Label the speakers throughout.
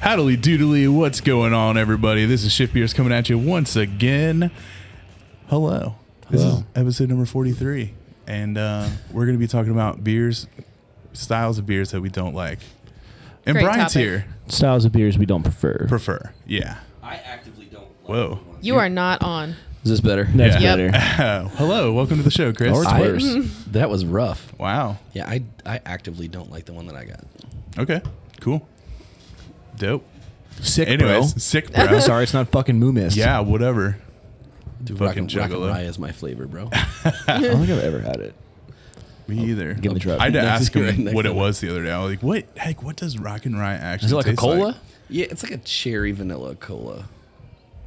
Speaker 1: Howdy doodly, what's going on, everybody? This is Shift Beers coming at you once again. Hello. This is
Speaker 2: Hello.
Speaker 1: episode number 43. And uh, we're going to be talking about beers, styles of beers that we don't like. And
Speaker 3: Great
Speaker 1: Brian's
Speaker 3: topic.
Speaker 1: here.
Speaker 2: Styles of beers we don't prefer.
Speaker 1: Prefer. Yeah.
Speaker 4: I actively don't. Like
Speaker 1: Whoa.
Speaker 4: the ones-
Speaker 3: You are not on.
Speaker 4: Is this better?
Speaker 2: That's
Speaker 1: Yeah. Mm.
Speaker 3: Yep.
Speaker 2: better.
Speaker 1: hello. Welcome to the show, Chris.
Speaker 2: Or Oh, it's
Speaker 4: I-
Speaker 2: worse.
Speaker 4: That was rough.
Speaker 1: wow.
Speaker 4: Yeah, I I actively don't like the one that I got.
Speaker 1: Okay. Cool. Dope.
Speaker 2: Sick,
Speaker 1: Anyways, sick, bro.
Speaker 2: bro. Sorry, it's not fucking Moo Mist.
Speaker 1: Yeah, whatever.
Speaker 4: Dude,
Speaker 1: Fucking
Speaker 4: rock and, rock
Speaker 1: juggalo.
Speaker 4: and rye is my flavor, bro.
Speaker 2: I don't think I've ever had it.
Speaker 1: Me either.
Speaker 2: Give it a try.
Speaker 1: I had to
Speaker 4: Next-
Speaker 1: ask him
Speaker 4: right next
Speaker 1: what it
Speaker 4: time.
Speaker 1: was the other day. I was like, "What? Heck, what does Rock and Rye actually? taste
Speaker 4: yeah, it's like a cherry vanilla cola,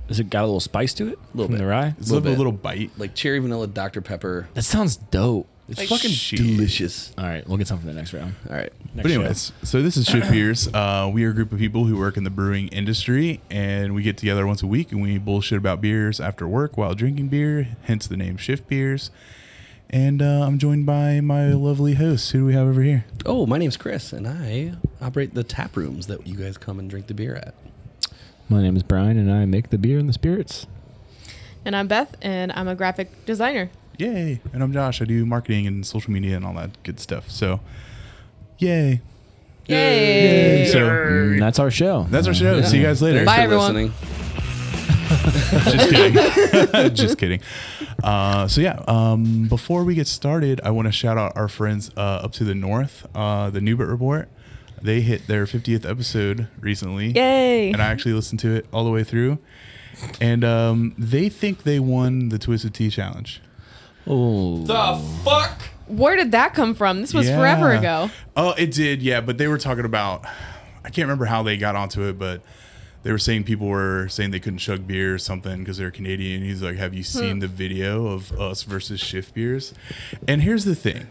Speaker 2: Has it got a little spice to it?
Speaker 4: Little
Speaker 2: From
Speaker 4: bit.
Speaker 2: the rye?
Speaker 1: It's a little,
Speaker 4: Little bit.
Speaker 1: little bite.
Speaker 4: like cherry vanilla Dr Pepper.
Speaker 2: That sounds dope.
Speaker 4: It's
Speaker 1: Like
Speaker 4: fucking
Speaker 1: shit.
Speaker 4: delicious.
Speaker 2: All right, we'll get some for the next round.
Speaker 4: All right,
Speaker 2: Next
Speaker 1: But anyways, so this is Ship Beers. Uh, we are a group of people who work in the brewing industry, and we get together once a week and we bullshit about beers after work while drinking beer. Hence the name Shift Beers. And uh, I'm joined by my lovely host. Who do we have over here?
Speaker 4: Oh, my name's Chris, and I operate the tap rooms that you guys come and drink the beer at.
Speaker 2: show. My name is Brian, and I make the beer and the spirits.
Speaker 3: And I'm Beth, and I'm a graphic designer.
Speaker 1: Yay! And I'm Josh. I do marketing and social media and all that good stuff. So, yay!
Speaker 3: Yay!
Speaker 1: So
Speaker 2: And that's our show.
Speaker 1: Mm. that's our show. See you guys later.
Speaker 3: Bye,
Speaker 4: for
Speaker 3: everyone.
Speaker 4: listening.
Speaker 1: just kidding. just kidding. Uh, so yeah, um, before we get started, I want to shout out our friends uh, up to the north, uh, the Newbert Report. They hit their 50th episode recently.
Speaker 3: Yay!
Speaker 1: And I actually listened to it all the way through. And um, they think they won the Twisted Tea challenge.
Speaker 2: Oh,
Speaker 3: Where did that come from? This was forever
Speaker 1: Yeah.
Speaker 3: ago.
Speaker 1: Oh, it did. Yeah, but they were talking about. I can't remember how they got onto it, but they were saying people were saying they couldn't chug beer or something because they're Canadian. He's like, "Have you seen
Speaker 3: Hmm.
Speaker 1: the video of us versus shift beers?" And here's the thing.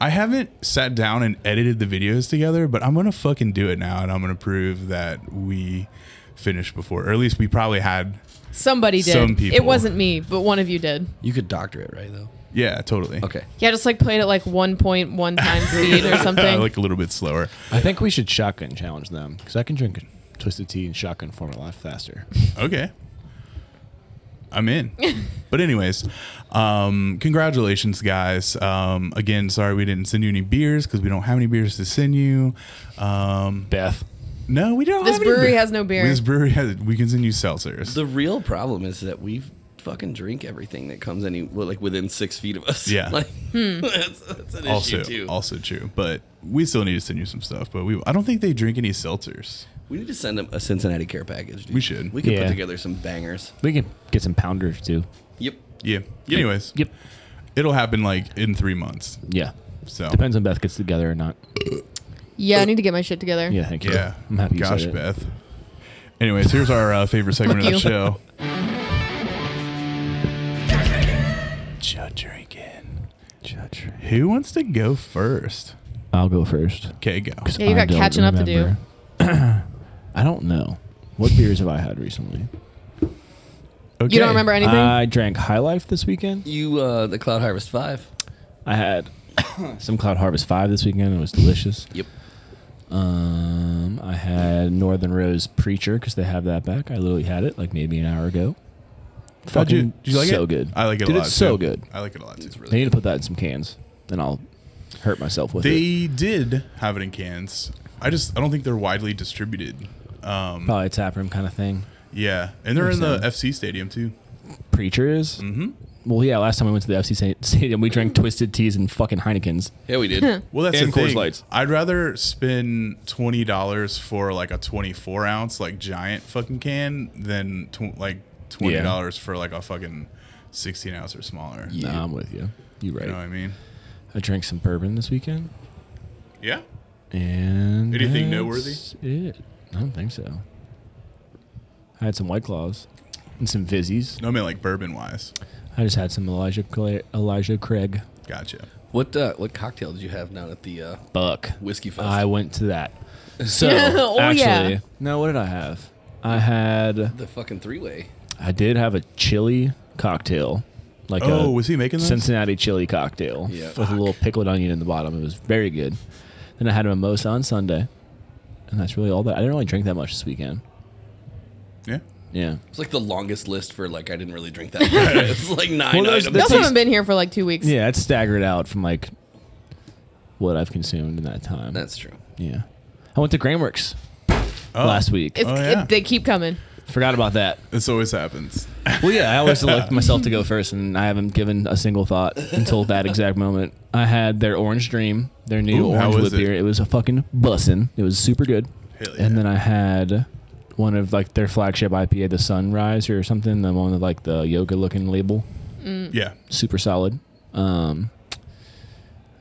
Speaker 1: I haven't sat down and edited the videos together, but I'm gonna fucking do it now, and I'm gonna prove that we finished before, or at least we probably had.
Speaker 3: Somebody did.
Speaker 1: Some people.
Speaker 3: It wasn't me, but one of you did.
Speaker 4: You could doctor it, right? Though.
Speaker 1: Yeah, totally.
Speaker 4: Okay.
Speaker 3: Yeah, just like played at like 1.1 times speed or something.
Speaker 1: like a little bit slower.
Speaker 2: I think we should shotgun challenge them because I can drink twisted tea and shotgun form a lot faster.
Speaker 1: Okay. I'm in. but anyways, um, congratulations, guys. Um, again, sorry we didn't send you any beers because we don't have any beers to send you. Um,
Speaker 2: Beth,
Speaker 1: no, we don't.
Speaker 3: This
Speaker 1: have any
Speaker 3: brewery
Speaker 1: beer.
Speaker 3: has no beer.
Speaker 1: This brewery has. We can send you seltzers.
Speaker 4: The real problem is that we fucking drink everything that comes any well, like within six feet of us.
Speaker 1: Yeah.
Speaker 4: like,
Speaker 3: Hmm.
Speaker 4: that's, that's an
Speaker 1: also,
Speaker 4: issue too.
Speaker 1: also true. But we still need to send you some stuff. But we, I don't think they drink any seltzers.
Speaker 4: we need to send them a Cincinnati care package. Dude.
Speaker 1: We should.
Speaker 4: We could
Speaker 2: Yeah.
Speaker 4: put together some bangers.
Speaker 2: we can get some pounders too.
Speaker 4: Yep.
Speaker 1: Yeah. Anyways,
Speaker 2: Yep.
Speaker 1: it'll happen like in three months.
Speaker 2: Yeah.
Speaker 1: So
Speaker 2: Depends on Beth gets together or not.
Speaker 3: yeah, I need to get my shit together.
Speaker 2: Yeah, thank you.
Speaker 1: Yeah.
Speaker 2: I'm happy you
Speaker 1: Gosh,
Speaker 2: said it.
Speaker 1: Beth. Anyways, here's our uh, favorite segment of the
Speaker 3: Fuck you.
Speaker 1: show. Judge drinking. Judge. Who wants to go first?
Speaker 2: I'll go first.
Speaker 1: Okay, go.
Speaker 2: 'cause
Speaker 3: Yeah, you
Speaker 2: I
Speaker 3: got
Speaker 2: don't
Speaker 3: catching up to do.
Speaker 2: remember. I don't know. What beers have I had recently?
Speaker 1: Okay.
Speaker 3: You don't remember anything?
Speaker 2: I drank High Life this weekend.
Speaker 4: You uh the Cloud Harvest Five.
Speaker 2: I had some Cloud Harvest 5 this weekend. It was delicious.
Speaker 4: Yep.
Speaker 2: Um, I had Northern Rose Preacher because they have that back. I literally had it like maybe an hour ago.
Speaker 1: How'd you, did you like
Speaker 2: so
Speaker 1: it?
Speaker 2: good.
Speaker 1: I like it
Speaker 2: Dude,
Speaker 1: a lot.
Speaker 2: It's so
Speaker 1: too.
Speaker 2: good.
Speaker 1: I like it a lot too.
Speaker 2: I need to put that in some cans, then I'll hurt myself with it.
Speaker 1: They did have it in cans. I just I don't think they're widely distributed. Um,
Speaker 2: Probably a taproom kind of thing.
Speaker 1: yeah, and they're in the
Speaker 2: Understand.
Speaker 1: FC stadium too.
Speaker 2: Preacher is. Mm-hmm. Well, yeah. Last time I went to the FC sta- Stadium, we drank Twisted Teas and fucking Heinekens.
Speaker 4: Yeah, we did.
Speaker 1: Well, that's
Speaker 2: And
Speaker 1: the
Speaker 2: Coors
Speaker 1: thing.
Speaker 2: Lights.
Speaker 1: I'd rather spend twenty dollars for like a twenty-four ounce like giant fucking can than tw- like twenty dollars for like a fucking sixteen ounce or smaller.
Speaker 4: Yeah.
Speaker 2: Nah, I'm with you. You right.
Speaker 1: You know what I mean?
Speaker 2: I drank some bourbon this weekend,
Speaker 1: Yeah.
Speaker 2: and
Speaker 1: Anything
Speaker 2: that's It. I don't think so. I had some White Claws and some Fizzies.
Speaker 1: No, I mean like bourbon wise.
Speaker 2: I just had some Elijah Cla- Elijah Craig
Speaker 1: Gotcha.
Speaker 4: What uh what cocktail did you have down at the uh
Speaker 2: Buck.
Speaker 4: whiskey fest?
Speaker 2: I went to that. So
Speaker 3: Oh,
Speaker 2: actually,
Speaker 3: yeah.
Speaker 2: no. What did I have? I had
Speaker 4: the fucking three way.
Speaker 2: I did have a chili cocktail, like
Speaker 1: Oh,
Speaker 2: a
Speaker 1: was he making those?
Speaker 2: Cincinnati chili cocktail
Speaker 4: Yeah.
Speaker 2: with a little pickled onion in the bottom. It was very good. Then I had a mimosa on Sunday, and that's really all that. I didn't really drink that much this weekend.
Speaker 1: Yeah.
Speaker 2: Yeah.
Speaker 4: It's like the longest list for like I didn't really drink that. much. it's like nine
Speaker 2: Well, those-
Speaker 4: items.
Speaker 2: This
Speaker 3: That's why
Speaker 2: is-
Speaker 3: I've been here for like two weeks.
Speaker 2: Yeah, it's staggered out from like what I've consumed in that time.
Speaker 4: That's true.
Speaker 2: yeah. I went to Grainworks
Speaker 1: Oh,
Speaker 2: last week.
Speaker 3: It's,
Speaker 1: Oh, yeah.
Speaker 3: it, they keep coming.
Speaker 2: Forgot about that.
Speaker 1: This always happens.
Speaker 2: Well, yeah, I always elect myself to go first, and I haven't given a single thought until that exact moment. I had their Orange Dream, their new
Speaker 1: Ooh, how
Speaker 2: orange
Speaker 1: was
Speaker 2: whip
Speaker 1: it?
Speaker 2: beer. It was a fucking bussin'. It was super good.
Speaker 1: Hell yeah.
Speaker 2: And then I had one of like their flagship IPA, the Sunrise or something, the one with like the yoga looking label.
Speaker 1: Yeah.
Speaker 2: Super solid. Um,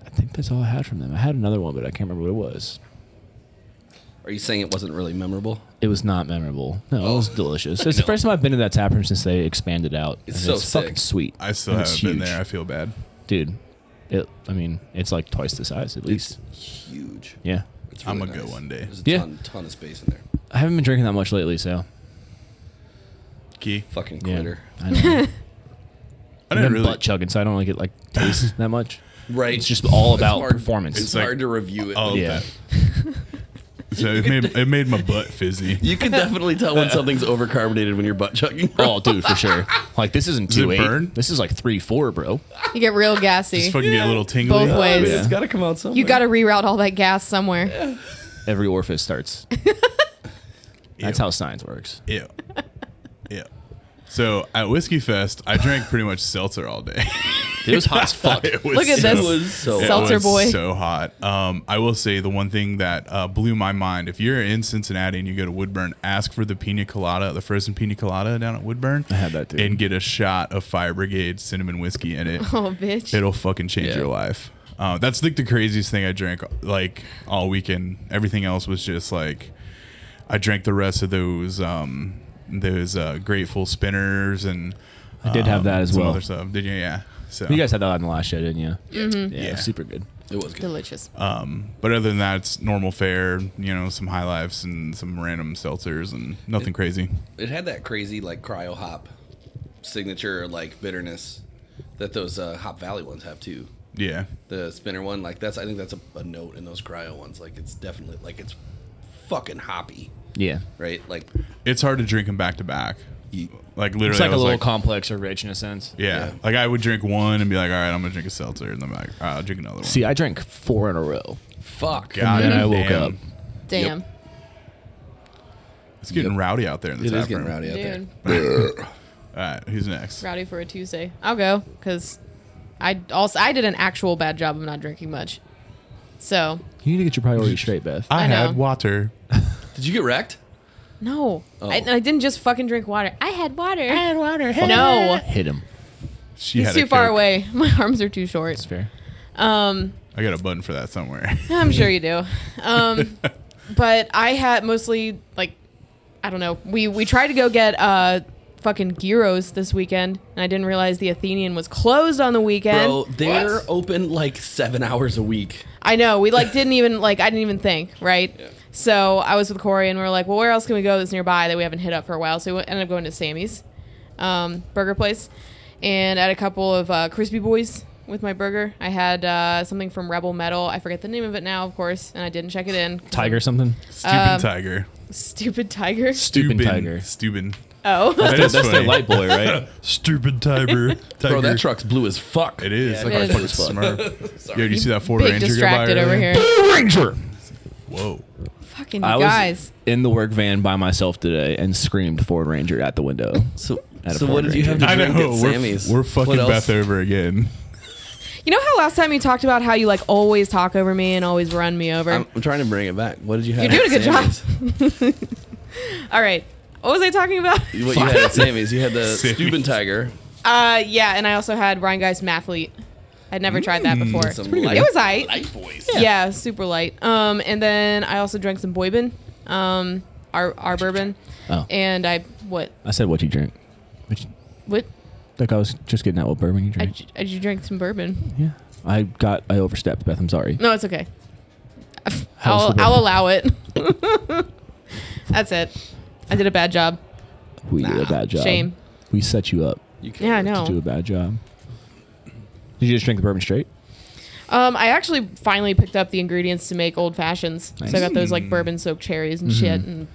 Speaker 2: I think that's all I had from them. I had another one, but I can't remember what it was.
Speaker 4: Are you saying it wasn't really memorable?
Speaker 2: It was not memorable. No, it
Speaker 1: Oh.
Speaker 2: was delicious. It's the first time I've been to that tap room since they expanded out.
Speaker 4: It's
Speaker 2: And
Speaker 4: so
Speaker 2: it's fucking
Speaker 4: sick.
Speaker 2: sweet.
Speaker 1: I still
Speaker 2: And
Speaker 1: haven't
Speaker 2: it's
Speaker 1: been
Speaker 2: huge.
Speaker 1: there. I feel bad.
Speaker 2: dude. It, I mean, it's like twice the size at least.
Speaker 4: Huge.
Speaker 2: Yeah,
Speaker 4: It's
Speaker 1: I'm a good one day.
Speaker 4: There's a
Speaker 2: Yeah.
Speaker 4: ton, ton of space in there.
Speaker 2: I haven't been drinking that much lately, so
Speaker 1: Key.
Speaker 4: Fucking
Speaker 2: yeah.
Speaker 4: quitter.
Speaker 2: I
Speaker 1: I
Speaker 2: know. I've
Speaker 1: didn't
Speaker 2: been
Speaker 1: really.
Speaker 2: butt chugging, so I don't like it like taste that much.
Speaker 4: Right.
Speaker 2: It's just all about
Speaker 4: hard-
Speaker 2: performance.
Speaker 4: It's,
Speaker 1: like-
Speaker 4: hard to review it.
Speaker 1: Oh,
Speaker 2: yeah,
Speaker 1: so it made it made my butt fizzy.
Speaker 4: You can definitely tell when something's overcarbonated when you're butt chugging.
Speaker 2: oh, dude, for sure. Like this isn't
Speaker 1: it
Speaker 2: two eight.
Speaker 1: burn?
Speaker 2: This is like three four, bro.
Speaker 3: You get real gassy.
Speaker 1: Just fucking get a little tingly.
Speaker 3: Both ways.
Speaker 4: It's
Speaker 2: Yeah.
Speaker 4: got to come out somewhere.
Speaker 3: You got to reroute all that gas somewhere.
Speaker 2: Every orifice starts. That's
Speaker 1: Ew.
Speaker 2: how science works.
Speaker 1: Ew. Ew. So at Whiskey Fest, I drank pretty much seltzer all day.
Speaker 2: It was hot as fuck.
Speaker 1: It was
Speaker 3: Look at
Speaker 1: so-
Speaker 3: this
Speaker 4: was so-
Speaker 1: it
Speaker 3: seltzer
Speaker 1: was
Speaker 3: boy.
Speaker 1: So hot. Um, I will say the one thing that uh, blew my mind. If you're in Cincinnati and you go to Woodburn, ask for the pina colada, the frozen pina colada down at Woodburn. I
Speaker 2: had that too.
Speaker 1: And get a shot of Fire Brigade cinnamon whiskey in it.
Speaker 3: oh, bitch.
Speaker 1: It'll fucking change
Speaker 4: Yeah.
Speaker 1: your life. Uh, that's like the craziest thing I drank like all weekend. Everything else was just like I drank the rest of those um, those uh, grateful spinners and
Speaker 2: I did have
Speaker 1: um,
Speaker 2: that as
Speaker 1: some
Speaker 2: well.
Speaker 1: Other stuff, did you? Yeah. So
Speaker 2: You guys had that on the last show, didn't you? Yeah, Mm-hmm.
Speaker 1: Yeah.
Speaker 2: super good.
Speaker 4: It was good.
Speaker 3: Delicious.
Speaker 1: Uh, But other than that, it's normal fare. You know, some high lifes and some random seltzers and nothing crazy.
Speaker 4: It had that crazy like cryo hop signature like bitterness that those uh, Hop Valley ones have too.
Speaker 1: Yeah.
Speaker 4: The spinner one, like that's I think that's a, a note in those cryo ones. Like it's definitely like it's fucking hoppy,
Speaker 2: Yeah,
Speaker 4: right? Like
Speaker 1: It's hard to drink them back to back.
Speaker 4: you,
Speaker 1: Like literally,
Speaker 2: it's
Speaker 1: I
Speaker 2: like a
Speaker 1: was
Speaker 2: little
Speaker 1: like,
Speaker 2: complex or rich in a sense.
Speaker 1: yeah.
Speaker 4: Yeah.
Speaker 1: Like I would drink one and be like, all right, I'm gonna drink a seltzer, and then I'm like, all right, I'll drink another one.
Speaker 2: See, I drank four in a row.
Speaker 4: fuck.
Speaker 1: God
Speaker 2: then I woke
Speaker 1: damn.
Speaker 2: up.
Speaker 3: Damn.
Speaker 1: It's getting rowdy out there in the
Speaker 4: It
Speaker 1: tap
Speaker 4: is getting
Speaker 1: room.
Speaker 4: rowdy out there.
Speaker 3: Dude,
Speaker 1: All right, who's next?
Speaker 3: rowdy for a Tuesday. I'll go because I also I did an actual bad job of not drinking much. So
Speaker 2: You need to get your priorities straight, Beth.
Speaker 1: I,
Speaker 3: I
Speaker 1: had
Speaker 3: know.
Speaker 1: water.
Speaker 4: Did you get wrecked?
Speaker 3: no,
Speaker 4: Oh.
Speaker 3: I, I didn't just fucking drink water. I had water. I had water. No,
Speaker 2: Hit him.
Speaker 1: She
Speaker 3: he's
Speaker 1: had a
Speaker 3: too far
Speaker 1: Coke.
Speaker 3: away. My arms are too short.
Speaker 2: It's fair.
Speaker 1: I got a button for that somewhere.
Speaker 3: I'm sure you do. Um, but I had mostly like, I don't know. We we tried to go get uh fucking gyros this weekend, and I didn't realize the Athenian was closed on the weekend.
Speaker 4: Bro, they're open like seven hours a week.
Speaker 3: I know we like didn't even like I didn't even think right. So I was with Corey and we were like, well, where else can we go that's nearby that we haven't hit up for a while? So we ended up going to Sammy's um, burger place, and I had a couple of uh, crispy boys with my burger. I had uh, something from Rebel Metal. I forget the name of it now, of course, and I didn't check it in.
Speaker 2: Tiger something?
Speaker 1: Stupid tiger.
Speaker 3: Stupid tiger.
Speaker 2: Stupid tiger.
Speaker 1: Stupid.
Speaker 3: Oh,
Speaker 1: That is funny.
Speaker 2: boy, right?
Speaker 1: Stupid tiger. tiger.
Speaker 4: Bro, that truck's blue as fuck.
Speaker 1: It is. like
Speaker 3: it
Speaker 1: a
Speaker 3: is.
Speaker 1: fucking smurf. Yo, did you see that Ford
Speaker 3: big
Speaker 1: Ranger go by
Speaker 3: distracted over
Speaker 1: earlier?
Speaker 3: here.
Speaker 2: Ranger.
Speaker 1: Whoa.
Speaker 3: Fucking
Speaker 2: I
Speaker 3: you
Speaker 2: was
Speaker 3: guys.
Speaker 2: in the work van by myself today and screamed Ford Ranger at the window.
Speaker 4: So,
Speaker 2: At a
Speaker 4: so
Speaker 2: Ford
Speaker 4: what did you have
Speaker 2: Ranger.
Speaker 4: to
Speaker 1: I
Speaker 4: drink
Speaker 1: know.
Speaker 4: at
Speaker 1: We're,
Speaker 4: Sammy's?
Speaker 1: we're
Speaker 4: What
Speaker 1: fucking
Speaker 4: else?
Speaker 1: Beth over again.
Speaker 3: You know how last time you talked about how you like always talk over me and always run me over.
Speaker 4: I'm, I'm trying to bring it back. What did you have?
Speaker 3: You're doing
Speaker 4: at
Speaker 3: a good job.
Speaker 4: Sammy's?
Speaker 3: All right. What was I talking about?
Speaker 4: What you had at Sammy's? You had the
Speaker 1: Sammy's.
Speaker 4: Steuben Tiger.
Speaker 3: Uh, yeah, and I also had Ryan Guy's Mathlete. I'd never tried that before.
Speaker 4: Some
Speaker 3: it
Speaker 4: light-
Speaker 3: was aight.
Speaker 4: light boys.
Speaker 3: Yeah. super light. Um, and then I also drank some boybin, um, our our bourbon,
Speaker 2: Oh.
Speaker 3: and I what
Speaker 2: I said, what you drink? What you-
Speaker 3: what
Speaker 2: like, I was just getting at what bourbon you
Speaker 3: I,
Speaker 2: drink.
Speaker 3: ju- I just drank some bourbon.
Speaker 2: yeah. I got, I overstepped, Beth. I'm sorry.
Speaker 3: No, it's okay.
Speaker 2: How's the
Speaker 3: I'll
Speaker 2: bourbon?
Speaker 3: I'll allow it. That's it. I did a bad job.
Speaker 2: We did a bad job.
Speaker 3: Shame. Oh.
Speaker 2: We set you up
Speaker 4: You can
Speaker 3: Yeah, I know.
Speaker 2: to do a bad job. Did you just drink the bourbon straight?
Speaker 3: Um, I actually finally picked up the ingredients to make old fashions. So I got those like bourbon soaked cherries and shit. And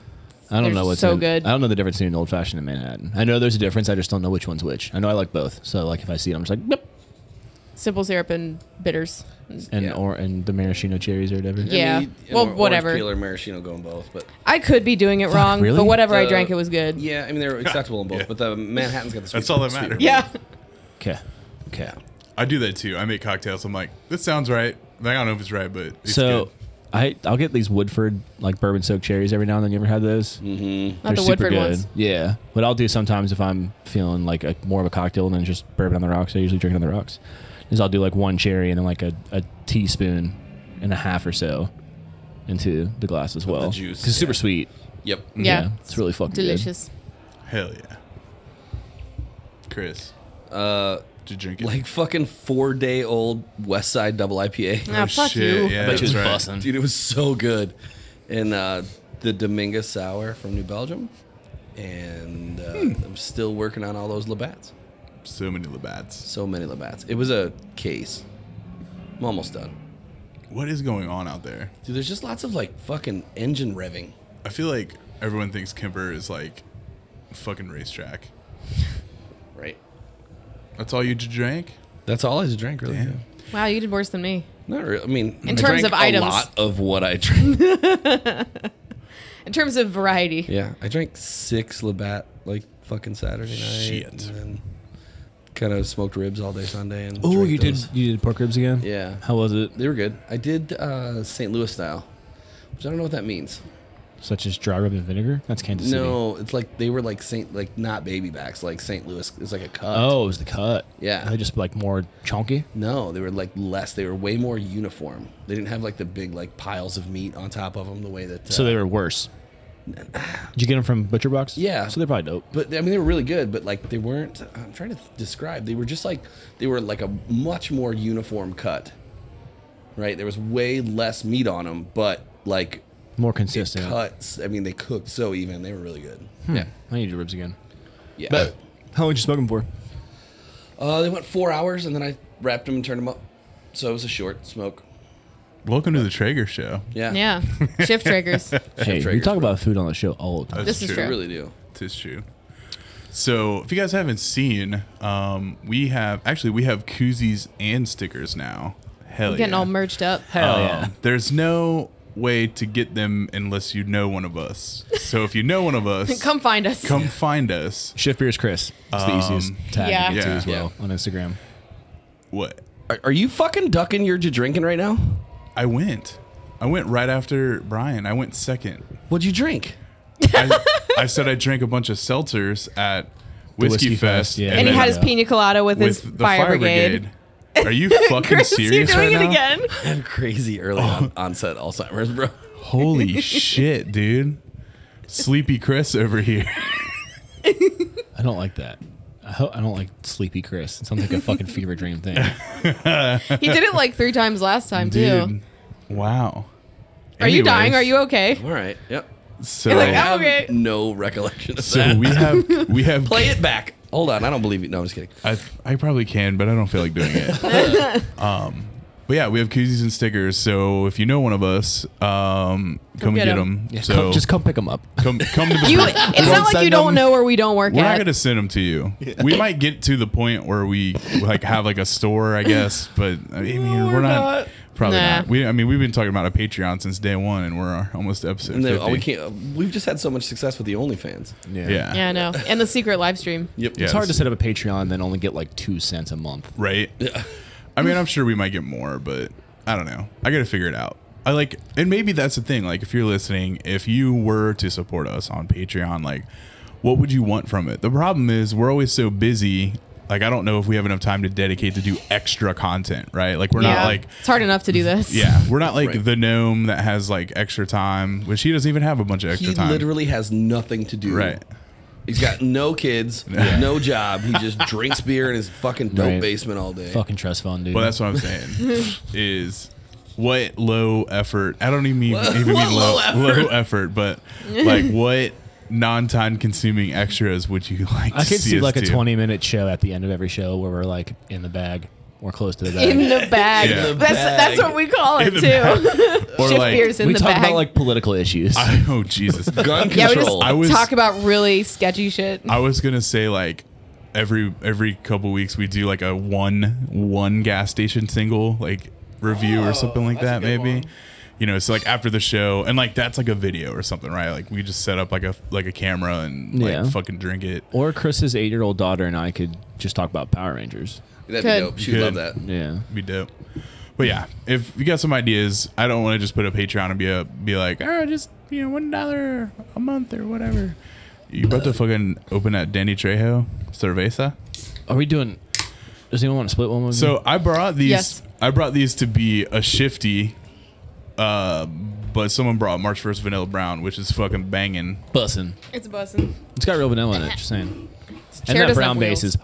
Speaker 2: I don't
Speaker 3: They're
Speaker 2: know what's
Speaker 3: so
Speaker 2: in-
Speaker 3: good.
Speaker 2: I don't know the difference between old fashioned and Manhattan. I know there's a difference. I just don't know which one's which. I know I like both. So like if I see it, I'm just like, yep.
Speaker 3: simple syrup and bitters.
Speaker 2: And
Speaker 4: Yeah.
Speaker 2: or and the maraschino cherries or whatever.
Speaker 3: Yeah. Well,
Speaker 4: orange
Speaker 3: whatever.
Speaker 4: Peel or maraschino go in both, but
Speaker 3: I could be doing it wrong,
Speaker 2: really?
Speaker 3: but whatever I
Speaker 4: The-
Speaker 3: drank, it was good. Yeah.
Speaker 4: yeah, I mean they're acceptable in both. But the Manhattan's got the sweet.
Speaker 1: That's all that
Speaker 4: sweet
Speaker 1: matters.
Speaker 4: remedy.
Speaker 2: Okay. Okay.
Speaker 4: Yeah.
Speaker 1: I do that too. I make cocktails. I'm like, this sounds right. I don't know if it's right, but it's
Speaker 2: so
Speaker 1: good.
Speaker 2: I I'll get these Woodford like bourbon soaked cherries every now and then. You ever had those? Mm-hmm.
Speaker 3: Not the Woodford ones.
Speaker 2: Yeah. What I'll do sometimes if I'm feeling like a more of a cocktail than just bourbon on the rocks, I usually drink it on the rocks. Is I'll do like one cherry and then like a, a teaspoon and a half or so into the glass as well.
Speaker 4: juice,
Speaker 2: 'Cause It's super
Speaker 4: yeah.
Speaker 2: sweet.
Speaker 4: Yep.
Speaker 3: Yeah.
Speaker 2: It's really fucking good.
Speaker 3: Delicious.
Speaker 1: hell yeah. Chris,
Speaker 4: Uh,
Speaker 1: did you drink it?
Speaker 4: like fucking four day old West Side Double IPA.
Speaker 3: Ah, fuck
Speaker 1: Oh, shit, yeah.
Speaker 3: you.
Speaker 2: I bet you
Speaker 1: that's
Speaker 2: was
Speaker 1: right.
Speaker 2: busting.
Speaker 4: Dude, it was so good. And uh, the Dominguez Sour from New Belgium. And uh,
Speaker 3: Hmm.
Speaker 4: I'm still working on all those Labats.
Speaker 1: So many Labats.
Speaker 4: So many Labats. It was a case. I'm almost done.
Speaker 1: What is going on out there?
Speaker 4: Dude, there's just lots of like fucking engine revving.
Speaker 1: I feel like everyone thinks Kemper is like a fucking racetrack.
Speaker 4: Right.
Speaker 1: That's all you j- drank?
Speaker 4: That's all I just drank, really.
Speaker 1: Damn.
Speaker 3: Wow, you did worse than me.
Speaker 4: Not really. I mean, in
Speaker 3: terms of items.
Speaker 4: a lot of what I drank.
Speaker 3: In terms of variety.
Speaker 4: yeah, I drank six Labatt like fucking Saturday night.
Speaker 1: Shit.
Speaker 4: And then kind of smoked ribs all day Sunday. And
Speaker 2: Oh,
Speaker 4: drank
Speaker 2: you did
Speaker 4: those.
Speaker 2: you did pork ribs again?
Speaker 4: Yeah.
Speaker 2: How was it?
Speaker 4: They were good. I did uh, St. Louis style, which I don't know what that means.
Speaker 2: Such as dry rub and vinegar? That's Kansas City.
Speaker 4: No, it's like they were like St. like not baby backs, like St. Louis. It's like a cut.
Speaker 2: Oh, it was the cut.
Speaker 4: Yeah.
Speaker 2: They just like more chunky.
Speaker 4: No, they were like less. They were way more uniform. They didn't have like the big like piles of meat on top of them the way that. Uh,
Speaker 2: So they were worse. Did you get them from Butcher Box?
Speaker 4: Yeah.
Speaker 2: So they're probably dope.
Speaker 4: But I mean, they were really good. But like they weren't. I'm trying to th- describe. They were just like they were like a much more uniform cut. Right. There was way less meat on them, but like
Speaker 2: More
Speaker 4: it
Speaker 2: consistent.
Speaker 4: cuts. I mean, they cooked so even. They were really good.
Speaker 2: Yeah. I need your ribs again.
Speaker 4: Yeah.
Speaker 2: Hmm. But how long did you smoke them for?
Speaker 4: Uh, they went four hours, and then I wrapped them and turned them up. So it was a short smoke.
Speaker 1: Welcome to the Traeger show.
Speaker 4: Yeah.
Speaker 3: Yeah. Shift triggers.
Speaker 2: Hey, we
Speaker 4: triggers,
Speaker 2: talk
Speaker 4: bro.
Speaker 2: about food on the show all the time.
Speaker 3: This is
Speaker 4: I
Speaker 3: true.
Speaker 4: really do.
Speaker 1: Tis true. So, if you guys haven't seen, um, we have actually we have koozies and stickers now. Hell
Speaker 3: Getting
Speaker 1: yeah.
Speaker 3: all merged up.
Speaker 2: Hell
Speaker 1: Um,
Speaker 2: yeah.
Speaker 1: There's no way to get them unless you know one of us. So if you know one of us,
Speaker 3: Come find us.
Speaker 1: come find us.
Speaker 2: Shift beers, Chris. It's the easiest tag
Speaker 3: yeah.
Speaker 2: to get to
Speaker 1: Yeah.
Speaker 2: as well on Instagram.
Speaker 1: What?
Speaker 4: Are, are you fucking ducking your j- drinking right now?
Speaker 1: I went. I went right after Brian. I went second.
Speaker 4: What'd you drink?
Speaker 1: I, I said I drank a bunch of seltzers at Whiskey,
Speaker 2: Whiskey
Speaker 1: Fest,
Speaker 2: Fest, yeah.
Speaker 3: and he
Speaker 1: then
Speaker 3: had his
Speaker 2: Yeah.
Speaker 3: pina colada with, his
Speaker 1: with the
Speaker 3: fire, brigade.
Speaker 1: Are you fucking
Speaker 3: Chris,
Speaker 1: serious
Speaker 3: you're doing
Speaker 1: right
Speaker 3: it
Speaker 1: now?
Speaker 3: again.
Speaker 4: I'm crazy early on, onset Alzheimer's, bro.
Speaker 1: Holy shit, dude! Sleepy Chris over here.
Speaker 2: I don't like that. I, ho- I don't like Sleepy Chris. It sounds like a fucking fever dream thing.
Speaker 3: He did it like three times last time too.
Speaker 1: Dude, wow.
Speaker 3: Are you dying? Are
Speaker 1: Anyways,
Speaker 3: you okay?
Speaker 4: All right. Yep.
Speaker 1: So
Speaker 3: You're like, "Oh."
Speaker 4: I have
Speaker 3: Okay.
Speaker 4: no recollection of
Speaker 1: So
Speaker 4: that.
Speaker 1: we have we have
Speaker 4: Play it back. Hold on. I don't believe you. No, I'm just kidding.
Speaker 1: I, I probably can, but I don't feel like doing it. um, but yeah, we have koozies and stickers. So if you know one of us, um, come, and
Speaker 3: get
Speaker 1: get
Speaker 3: 'em.
Speaker 1: them.
Speaker 2: Yeah,
Speaker 1: so
Speaker 2: come, just come pick them up.
Speaker 1: come come to the.
Speaker 3: You.
Speaker 1: booth.
Speaker 3: It's
Speaker 1: Don't
Speaker 3: not like
Speaker 1: send
Speaker 3: you don't
Speaker 1: them.
Speaker 3: know where we don't work
Speaker 1: We're not
Speaker 3: at.
Speaker 1: gonna send them to you. We might get to the point where we like have like a store, I guess. But I mean, we're, not,
Speaker 4: not.
Speaker 1: probably
Speaker 3: Nah.
Speaker 1: not. We I mean, we've been talking about a Patreon since day one, and we're almost to episode.
Speaker 4: No,
Speaker 1: 50.
Speaker 4: we can't. We've just had so much success with the OnlyFans.
Speaker 2: Yeah.
Speaker 1: Yeah.
Speaker 3: Yeah, I know. And the secret live stream.
Speaker 4: Yep.
Speaker 1: Yeah.
Speaker 2: It's hard to set up a Patreon and then only get like two cents a month.
Speaker 1: right? I mean, I'm sure we might get more, but I don't know. I got to figure it out. I like, and maybe that's the thing. Like, if you're listening, if you were to support us on Patreon, like, what would you want from it? The problem is we're always so busy. Like, I don't know if we have enough time to dedicate to do extra content, right? Like, we're
Speaker 3: Yeah.
Speaker 1: not like,
Speaker 3: it's hard enough to do this.
Speaker 1: yeah, we're not like
Speaker 4: Right.
Speaker 1: the gnome that has like extra time, which he doesn't even have a bunch of extra
Speaker 4: He
Speaker 1: time.
Speaker 4: literally has nothing to do.
Speaker 1: right.
Speaker 4: He's got no kids, no job. He just drinks beer in his fucking dope
Speaker 2: Right.
Speaker 4: basement all day.
Speaker 2: Fucking trust fund, dude.
Speaker 1: Well, that's what I'm saying. is what low effort? I don't even even, even
Speaker 4: what
Speaker 1: mean low
Speaker 4: low
Speaker 1: low
Speaker 4: effort?
Speaker 1: effort. but like what non-time consuming extras would you like?
Speaker 2: I
Speaker 1: to
Speaker 2: could see like
Speaker 1: us
Speaker 2: a
Speaker 1: do?
Speaker 2: 20 minute show at the end of every show where we're like in the bag or close to the bag.
Speaker 3: in the bag.
Speaker 1: Yeah. In
Speaker 4: the
Speaker 3: That's
Speaker 4: bag.
Speaker 3: that's what we call it
Speaker 1: In the
Speaker 3: too.
Speaker 1: Or
Speaker 3: Shift
Speaker 1: like-
Speaker 3: beers in
Speaker 2: we
Speaker 3: the
Speaker 2: talk
Speaker 3: bag.
Speaker 2: about like political issues.
Speaker 1: I, oh Jesus!
Speaker 4: Gun
Speaker 3: yeah, we just
Speaker 4: control.
Speaker 1: I was-
Speaker 3: talk about really sketchy shit.
Speaker 1: I was gonna say like every every couple weeks we do like a one one gas station single like review or something like
Speaker 4: Oh, that's a
Speaker 1: that
Speaker 4: good
Speaker 1: maybe.
Speaker 4: one.
Speaker 1: You know, so like after the show, and like that's like a video or something, right? Like we just set up like a like a camera and like
Speaker 2: Yeah.
Speaker 1: fucking drink it.
Speaker 2: or Chris's eight-year-old daughter and I could just talk about Power Rangers.
Speaker 4: That'd
Speaker 3: Good.
Speaker 4: be dope. She'd love
Speaker 1: Good.
Speaker 4: that.
Speaker 2: Yeah,
Speaker 1: be dope. But yeah, if you got some ideas, I don't want to just put a Patreon and be a, be like, oh, just you know, one dollar a month or whatever. You about to fucking open at Danny Trejo Cerveza?
Speaker 2: are we doing? Does anyone want to split one with me?
Speaker 1: So I brought these.
Speaker 3: Mm. Yes.
Speaker 1: I brought these to be a shifty, uh, but someone brought March First Vanilla Brown, which is fucking banging.
Speaker 2: bussin'?
Speaker 3: It's bussin'.
Speaker 2: It's got real vanilla in it. Just saying.
Speaker 3: Chair
Speaker 2: and that
Speaker 3: doesn't
Speaker 2: brown
Speaker 3: have
Speaker 2: base
Speaker 3: wheels.
Speaker 2: is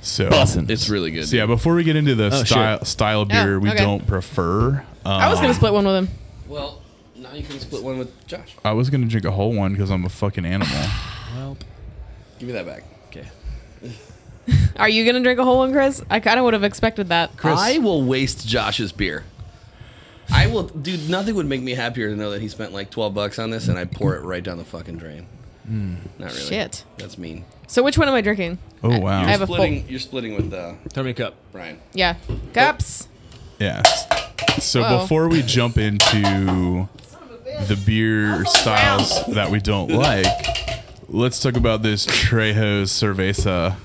Speaker 1: So,
Speaker 2: bussin'.
Speaker 4: It's really good.
Speaker 1: so yeah. Before we get into the
Speaker 2: Oh,
Speaker 1: style
Speaker 2: shit.
Speaker 1: style of beer
Speaker 3: Oh,
Speaker 1: we
Speaker 3: okay.
Speaker 1: don't prefer, um,
Speaker 3: I was gonna split one with him.
Speaker 4: Well, now you can split one with Josh.
Speaker 1: I was gonna drink a whole one because I'm a fucking animal.
Speaker 2: Well,
Speaker 4: Give me that back.
Speaker 2: okay.
Speaker 3: Are you gonna drink a whole one, Chris? I kind of would have expected that.
Speaker 4: I will waste Josh's beer. I will, dude. Nothing would make me happier to know that he spent like twelve bucks on this, and I pour it right down the fucking drain. Not really.
Speaker 3: Shit.
Speaker 4: That's mean.
Speaker 3: So which one am I drinking?
Speaker 1: Oh wow.
Speaker 3: I have a full.
Speaker 4: Splitting. You're splitting with uh,
Speaker 2: Throw me a cup.
Speaker 4: Brian.
Speaker 3: Yeah, cups.
Speaker 1: Yeah. So
Speaker 3: Uh-oh.
Speaker 1: before we jump into the beer styles that we don't like, let's talk about this Trejo Cerveza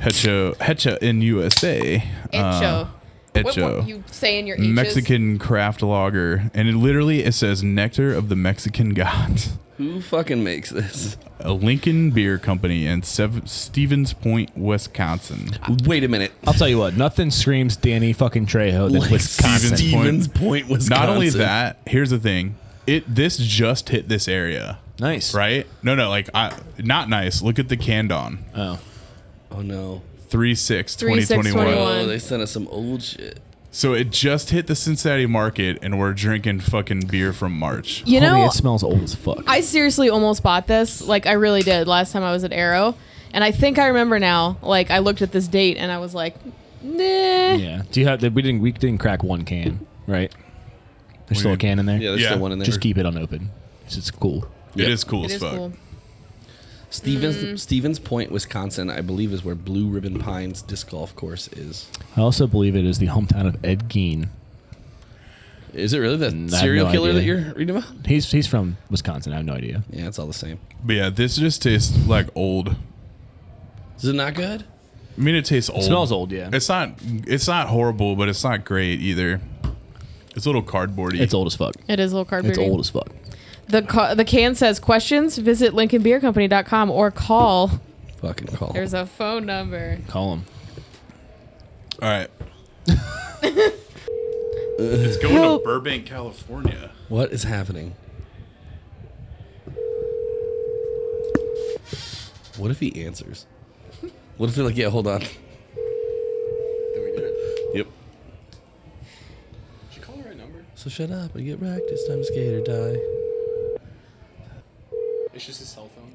Speaker 1: Hecho Hecha in USA.
Speaker 3: Hecho.
Speaker 1: Uh, Hecho.
Speaker 3: What, you saying your H's?
Speaker 1: Mexican craft lager, and it literally it says nectar of the Mexican gods.
Speaker 4: Who fucking makes this?
Speaker 1: A Lincoln Beer Company in Sev- Stevens Point, Wisconsin.
Speaker 4: Wait a minute.
Speaker 2: I'll tell you what. Nothing screams Danny fucking Trejo than
Speaker 4: Like
Speaker 2: Wisconsin.
Speaker 1: Stevens-
Speaker 4: Stevens Point, Wisconsin.
Speaker 1: Not only that, here's the thing: it this just hit this area.
Speaker 2: Nice.
Speaker 1: right? No, no, like I not nice. Look at the Candon.
Speaker 2: Oh.
Speaker 4: Oh no.
Speaker 1: 3 6
Speaker 3: Three, six,
Speaker 1: 2021.
Speaker 3: twenty-one.
Speaker 4: Oh, they sent us some old shit.
Speaker 1: So it just hit the Cincinnati market and we're drinking fucking beer from March.
Speaker 3: You
Speaker 2: Homie,
Speaker 3: know,
Speaker 2: it smells old as fuck.
Speaker 3: I seriously almost bought this. Like I really did last time I was at Arrow, and I think I remember now. Like I looked at this date and I was like, nah.
Speaker 2: yeah. Do you have? We didn't. We didn't crack one can. Right. There's still a
Speaker 1: Weird.
Speaker 2: can in there.
Speaker 4: Yeah, there's
Speaker 1: Yeah.
Speaker 4: still one in there.
Speaker 2: Just keep it unopened. 'cause It's cool.
Speaker 1: It
Speaker 4: Yep.
Speaker 1: is cool
Speaker 3: It
Speaker 1: as
Speaker 3: is
Speaker 1: fuck.
Speaker 3: cool.
Speaker 4: Stevens
Speaker 3: Hmm.
Speaker 4: Stevens Point, Wisconsin, I believe is where Blue Ribbon Pines disc golf course is.
Speaker 2: I also believe it is the hometown of Ed Gein.
Speaker 4: Is it really the
Speaker 2: Mm, I have
Speaker 4: serial
Speaker 2: no
Speaker 4: killer that
Speaker 2: idea.
Speaker 4: you're reading about?
Speaker 2: He's he's from Wisconsin. I have no idea.
Speaker 4: Yeah, it's all the same.
Speaker 1: But yeah, this just tastes like old. I
Speaker 4: Is it not good?
Speaker 1: mean, it tastes old.
Speaker 2: smells old, yeah.
Speaker 1: It's not. It's not horrible, but it's not great either. It's a little cardboardy.
Speaker 2: It's old as fuck.
Speaker 3: It is a little cardboard.
Speaker 2: It's old as fuck.
Speaker 3: The ca- the can says questions. Visit LincolnBeerCompany.com or call.
Speaker 4: Fucking call.
Speaker 3: There's a phone number.
Speaker 2: Call him.
Speaker 1: All right. it's going
Speaker 3: Well-
Speaker 1: to Burbank, California.
Speaker 4: what is happening? What if he answers? What if they're like, yeah, hold on. Yep.
Speaker 1: Did you call the right number?
Speaker 4: So shut up and get wrecked. It's time to skate or die.
Speaker 2: It's just his cell phone.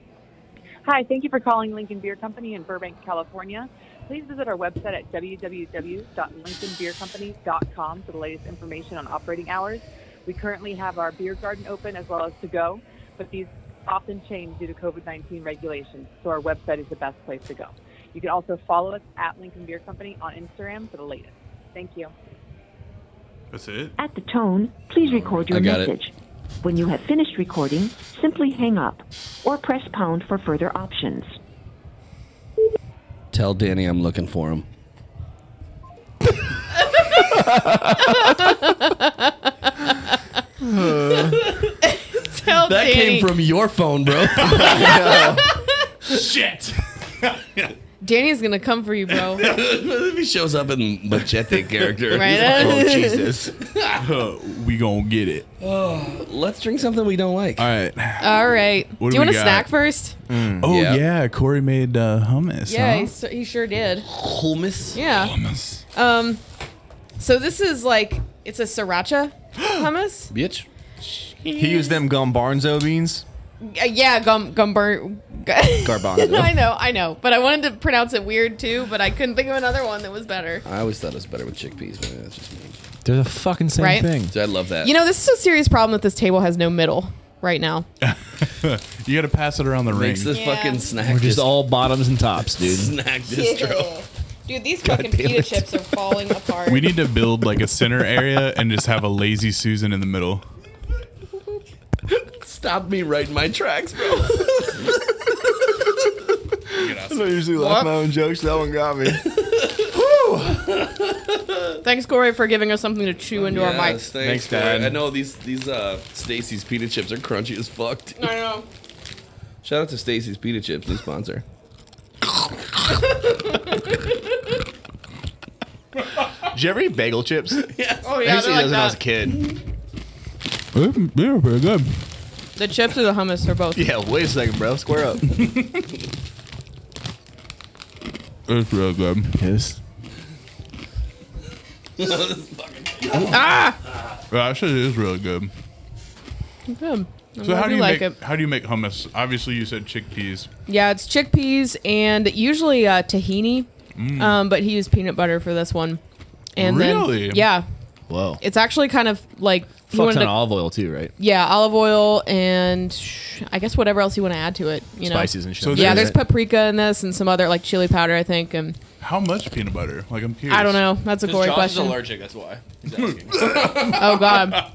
Speaker 5: Hi, thank you for calling Lincoln Beer Company in Burbank, California. Please visit our website at www.lincolnbeercompany.com for the latest information on operating hours. We currently have our beer garden open as well as to go, but these often change due to COVID 19 regulations, so our website is the best place to go. You can also follow us at Lincoln Beer Company on Instagram for the latest. Thank you.
Speaker 1: That's it.
Speaker 6: At the tone, please record
Speaker 4: I
Speaker 6: your
Speaker 4: got it.
Speaker 6: message. When you have finished recording, simply hang up or press pound for further options.
Speaker 4: Tell Danny I'm looking for him.
Speaker 3: Tell
Speaker 4: That
Speaker 3: Danny.
Speaker 4: came from your phone, bro.
Speaker 1: Shit.
Speaker 3: Danny's gonna come for you, bro.
Speaker 4: if he shows up in machete character,
Speaker 3: Right?
Speaker 4: he's like, oh Jesus.
Speaker 1: Uh, we gonna get it.
Speaker 4: Let's drink something we don't like.
Speaker 1: All right.
Speaker 3: All right.
Speaker 1: What do
Speaker 3: do you want
Speaker 1: we
Speaker 3: a
Speaker 1: got?
Speaker 3: snack first?
Speaker 1: Oh
Speaker 4: Yeah.
Speaker 1: yeah, Corey made uh, hummus.
Speaker 3: Yeah,
Speaker 1: huh?
Speaker 3: he, su- he sure did.
Speaker 4: Hummus.
Speaker 3: Yeah.
Speaker 1: hummus.
Speaker 3: Um, so this is like it's a sriracha hummus.
Speaker 4: Bitch.
Speaker 7: He used them gum Barnzo beans.
Speaker 3: Uh, yeah, gum gumber.
Speaker 4: Garbanzo.
Speaker 3: I know, I know, but I wanted to pronounce it weird too, but I couldn't think of another one that was better.
Speaker 4: I always thought it was better with chickpeas, but that's just me.
Speaker 2: They're the fucking same
Speaker 3: Right?
Speaker 2: thing.
Speaker 4: So I love that.
Speaker 3: You know, this is a serious problem that this table has no middle right now.
Speaker 1: You got to pass it around the ring.
Speaker 4: makes this
Speaker 3: Yeah.
Speaker 4: fucking snack
Speaker 2: We're just
Speaker 4: dis-
Speaker 2: all bottoms and tops, dude.
Speaker 4: snack distro.
Speaker 3: Dude, these fucking
Speaker 4: damn
Speaker 3: pita
Speaker 4: it.
Speaker 3: chips are falling apart.
Speaker 1: We need to build like a center area and just have a lazy Susan in the middle.
Speaker 4: Stop me right in my tracks, bro.
Speaker 7: I usually laugh my own jokes. That one got me.
Speaker 3: Thanks, Corey, for giving us something to chew into our
Speaker 4: Yes,
Speaker 3: mics.
Speaker 7: Thanks,
Speaker 4: thanks, Corey.
Speaker 7: Dad.
Speaker 4: I know these these uh Stacy's pita chips are crunchy as fuck. dude.
Speaker 3: I know.
Speaker 4: Shout out to Stacy's pita chips, new sponsor.
Speaker 7: Did you ever eat bagel chips?
Speaker 3: Oh
Speaker 7: I
Speaker 3: yeah,
Speaker 7: used to
Speaker 3: they're
Speaker 7: eat those
Speaker 3: like
Speaker 7: when I was a
Speaker 3: that.
Speaker 7: kid.
Speaker 2: They're pretty good.
Speaker 3: The chips or the hummus are both.
Speaker 7: Yeah, wait a second, bro. Square up.
Speaker 1: It's real good.
Speaker 2: Yes.
Speaker 3: Ah,
Speaker 1: Yeah, actually, it is really good.
Speaker 3: good. I'm
Speaker 1: So
Speaker 3: glad
Speaker 1: how do you
Speaker 3: like
Speaker 1: make
Speaker 3: it?
Speaker 1: how do you make hummus? Obviously, you said chickpeas.
Speaker 3: Yeah, it's chickpeas and usually uh, tahini, um, but he used peanut butter for this one. And
Speaker 1: Really?
Speaker 3: Then, yeah,
Speaker 2: Whoa.
Speaker 3: it's actually kind of like he
Speaker 2: Fuck
Speaker 3: wanted
Speaker 2: ton
Speaker 3: to-
Speaker 2: of olive oil too, right?
Speaker 3: yeah olive oil and sh- I guess whatever else you want to add to it. You know,
Speaker 2: Spices and shit.
Speaker 1: So
Speaker 3: Yeah,
Speaker 1: There's
Speaker 3: there's paprika in this and some other like chili powder, I think, and
Speaker 1: How much peanut butter? Like I'm curious.
Speaker 3: I don't know. That's a
Speaker 8: Because
Speaker 3: Corey
Speaker 8: Josh
Speaker 3: question.
Speaker 8: is allergic, that's why. He's asking.
Speaker 3: Oh God,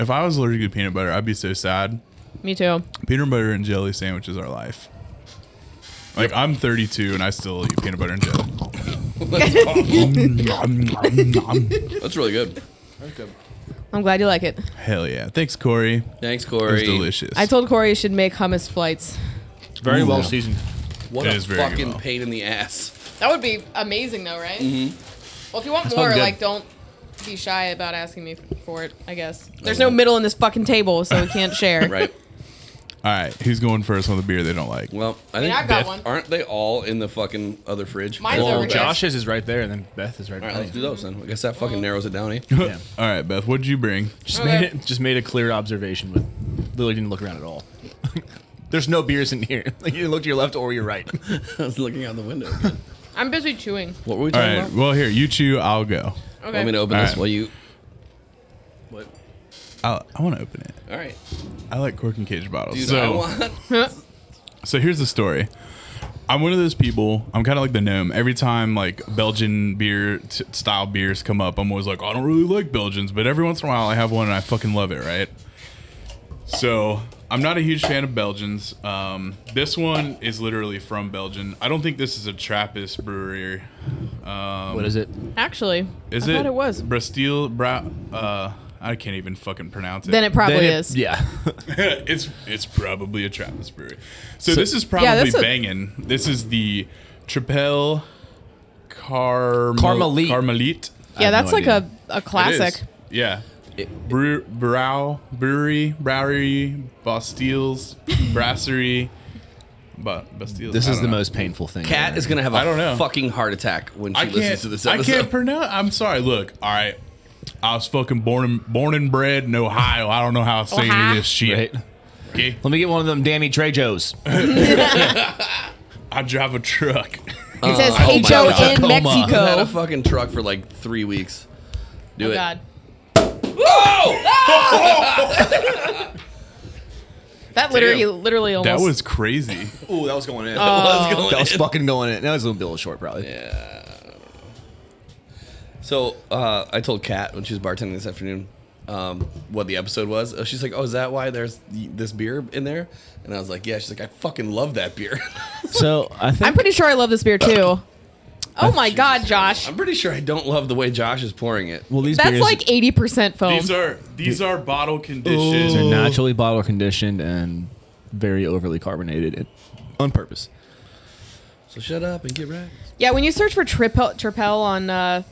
Speaker 1: If I was allergic to peanut butter, I'd be so sad.
Speaker 3: me too.
Speaker 1: Peanut butter and jelly sandwiches are life. Like I'm 32 and I still eat peanut butter and jelly.
Speaker 4: That's really good.
Speaker 3: I'm glad you like it.
Speaker 1: Hell yeah! Thanks, Corey.
Speaker 4: Thanks,
Speaker 1: It
Speaker 4: Corey.
Speaker 1: was delicious.
Speaker 3: I told Corey you should make hummus flights.
Speaker 7: Very well seasoned.
Speaker 4: What
Speaker 1: It
Speaker 4: a
Speaker 1: is very good,
Speaker 4: fucking
Speaker 1: though.
Speaker 4: pain in the ass.
Speaker 3: That would be amazing, though, right? Mm-hmm. Well, if you want
Speaker 1: sounds
Speaker 3: more,
Speaker 1: good.
Speaker 3: like, don't be shy about asking me for it. I guess there's no middle in this fucking table, so we can't share.
Speaker 4: Right.
Speaker 1: All right, who's going first on the beer they don't like?
Speaker 4: Well, I
Speaker 3: mean,
Speaker 4: think
Speaker 3: I got
Speaker 4: Beth-
Speaker 3: one.
Speaker 4: aren't they all in the fucking other fridge?
Speaker 3: Mine's
Speaker 4: All
Speaker 3: over
Speaker 4: right,
Speaker 3: there. Josh.
Speaker 2: Josh's is right there, and then Beth is right.
Speaker 4: All right,
Speaker 2: behind
Speaker 4: let's do those then. I guess that fucking narrows it down, eh?
Speaker 2: you. Yeah.
Speaker 1: All right, Beth, what did you bring?
Speaker 2: Just
Speaker 3: Okay.
Speaker 2: made it. Just made a clear observation. With literally didn't look around at all. There's no beers in here. Like you look to your left or your right.
Speaker 4: I was looking out the window. Again.
Speaker 3: I'm busy chewing.
Speaker 4: What were we
Speaker 1: All
Speaker 4: talking
Speaker 1: right,
Speaker 4: about?
Speaker 1: well here you chew, I'll go.
Speaker 3: Okay.
Speaker 4: Want me to open
Speaker 1: All
Speaker 4: this
Speaker 1: right.
Speaker 4: while you? What?
Speaker 1: I'll, I want to open it.
Speaker 4: All right.
Speaker 1: I like cork and cage bottles.
Speaker 4: Dude, I
Speaker 1: so
Speaker 4: want.
Speaker 1: so here's the story. I'm one of those people. I'm kind of like the gnome. Every time like Belgian beer t- style beers come up, I'm always like, I don't really like Belgians, but every once in a while I have one and I fucking love it, right? So I'm not a huge fan of Belgians. Um, this one is literally from Belgium. I don't think this is a Trappist brewery. Um,
Speaker 2: What is it?
Speaker 3: Actually,
Speaker 1: Is
Speaker 3: I
Speaker 1: it?
Speaker 3: thought it was.
Speaker 1: Bastille Bra. Uh, I can't even fucking pronounce it.
Speaker 3: Then it probably
Speaker 2: Then it-
Speaker 3: is.
Speaker 2: Yeah.
Speaker 1: it's it's probably a Trappist brewery. So, this is probably
Speaker 3: Yeah, that's a-
Speaker 1: banging. This is the Tripel Carmel-
Speaker 2: Carmelite.
Speaker 1: Carmelite.
Speaker 3: Yeah,
Speaker 2: I have
Speaker 3: that's
Speaker 2: no
Speaker 3: like
Speaker 2: idea.
Speaker 3: a, a
Speaker 1: It
Speaker 3: classic.
Speaker 1: is. Yeah. Brew, brow, brewery, brewery, Bastilles, brasserie, but Bastilles.
Speaker 2: This
Speaker 1: I
Speaker 2: is
Speaker 1: don't
Speaker 2: the
Speaker 1: know.
Speaker 2: most painful thing.
Speaker 4: Cat is gonna have a
Speaker 1: I don't know.
Speaker 4: fucking heart attack when she
Speaker 1: I can't.
Speaker 4: listens to this
Speaker 1: I
Speaker 4: episode.
Speaker 1: can't pronounce. I'm sorry. Look, all right. I was fucking born and born and bred in Ohio. I don't know how to say any
Speaker 3: Ohio.
Speaker 1: of this shit.
Speaker 2: Right.
Speaker 1: Okay,
Speaker 2: Let me get one of them Danny Trejos.
Speaker 1: I drive a truck.
Speaker 3: It says
Speaker 4: oh my
Speaker 3: H-O
Speaker 4: God.
Speaker 3: in Mexico.
Speaker 4: I had a fucking truck for like three weeks. Do
Speaker 3: oh
Speaker 4: it.
Speaker 3: God. that literally, literally almost.
Speaker 1: That was crazy.
Speaker 2: Ooh, that was going in.
Speaker 4: What's going
Speaker 2: that was
Speaker 4: in?
Speaker 2: fucking going in. That was a little bit short, probably.
Speaker 4: So uh, I told Kat when she was bartending this afternoon um, what the episode was. Uh, She's like, "Oh, is that why there's y- this beer in there?" And I was like, "Yeah." She's like, "I fucking love that beer."
Speaker 2: So I think
Speaker 3: I'm pretty sure I love this beer too. Oh my God, Josh.
Speaker 4: I'm pretty sure I don't love the way Josh is pouring it.
Speaker 2: well these
Speaker 3: That's
Speaker 2: beers
Speaker 3: like 80% foam.
Speaker 1: These are these are bottle conditions.
Speaker 2: are naturally bottle conditioned and very overly carbonated and- on purpose.
Speaker 4: So shut up and get right.
Speaker 3: Yeah, when you search for Tripel, Tripel on uh,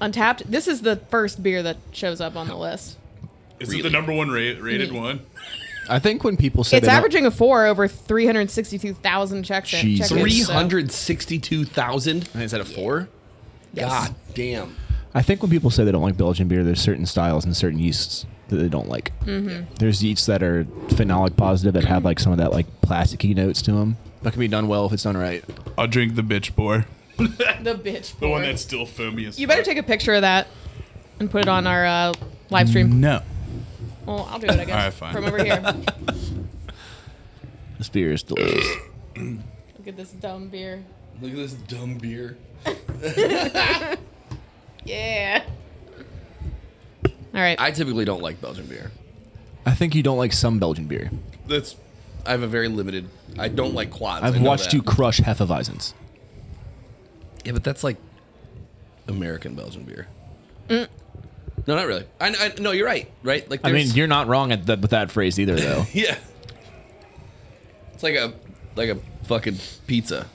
Speaker 3: Untapped, this is the first beer that shows up on the list.
Speaker 1: Is it
Speaker 4: Really?
Speaker 1: the number one ra- rated one?
Speaker 2: I think when people say
Speaker 3: it's
Speaker 2: they don't-
Speaker 3: averaging a four over 362,000 checks.
Speaker 2: Jesus.
Speaker 3: check-ins,
Speaker 4: Three
Speaker 3: so-
Speaker 4: hundred sixty-two thousand.
Speaker 2: I think it's at a four.
Speaker 4: God damn.
Speaker 2: I think when people say they don't like Belgian beer, there's certain styles and certain yeasts that they don't like. There's yeasts that are phenolic positive that have like some of that like plasticky notes to them. That can be done well if it's done right.
Speaker 1: I'll drink the bitch boy.
Speaker 3: The bitch.
Speaker 1: The one
Speaker 3: boy.
Speaker 1: that's still foamy as
Speaker 3: You better
Speaker 1: fuck.
Speaker 3: take a picture of that and put it on our uh, live stream.
Speaker 1: No.
Speaker 3: Well, I'll do it, I guess.
Speaker 1: All right, fine.
Speaker 3: From over here.
Speaker 2: This beer is delicious.
Speaker 3: Look at this dumb beer.
Speaker 4: Look at this dumb beer.
Speaker 3: Yeah. All right.
Speaker 4: I typically don't like Belgian beer.
Speaker 2: I think you don't like some Belgian beer.
Speaker 4: That's I have a very limited. I don't like quads. I
Speaker 2: I've
Speaker 4: know
Speaker 2: watched
Speaker 4: that.
Speaker 2: you crush Hefeweizens.
Speaker 4: Yeah, but that's like American Belgian beer. No, not really. I, I no, you're right. Right? Like
Speaker 2: I mean,
Speaker 4: there's-
Speaker 2: you're not wrong at that with that phrase either, though.
Speaker 4: yeah. It's like a like a fucking pizza.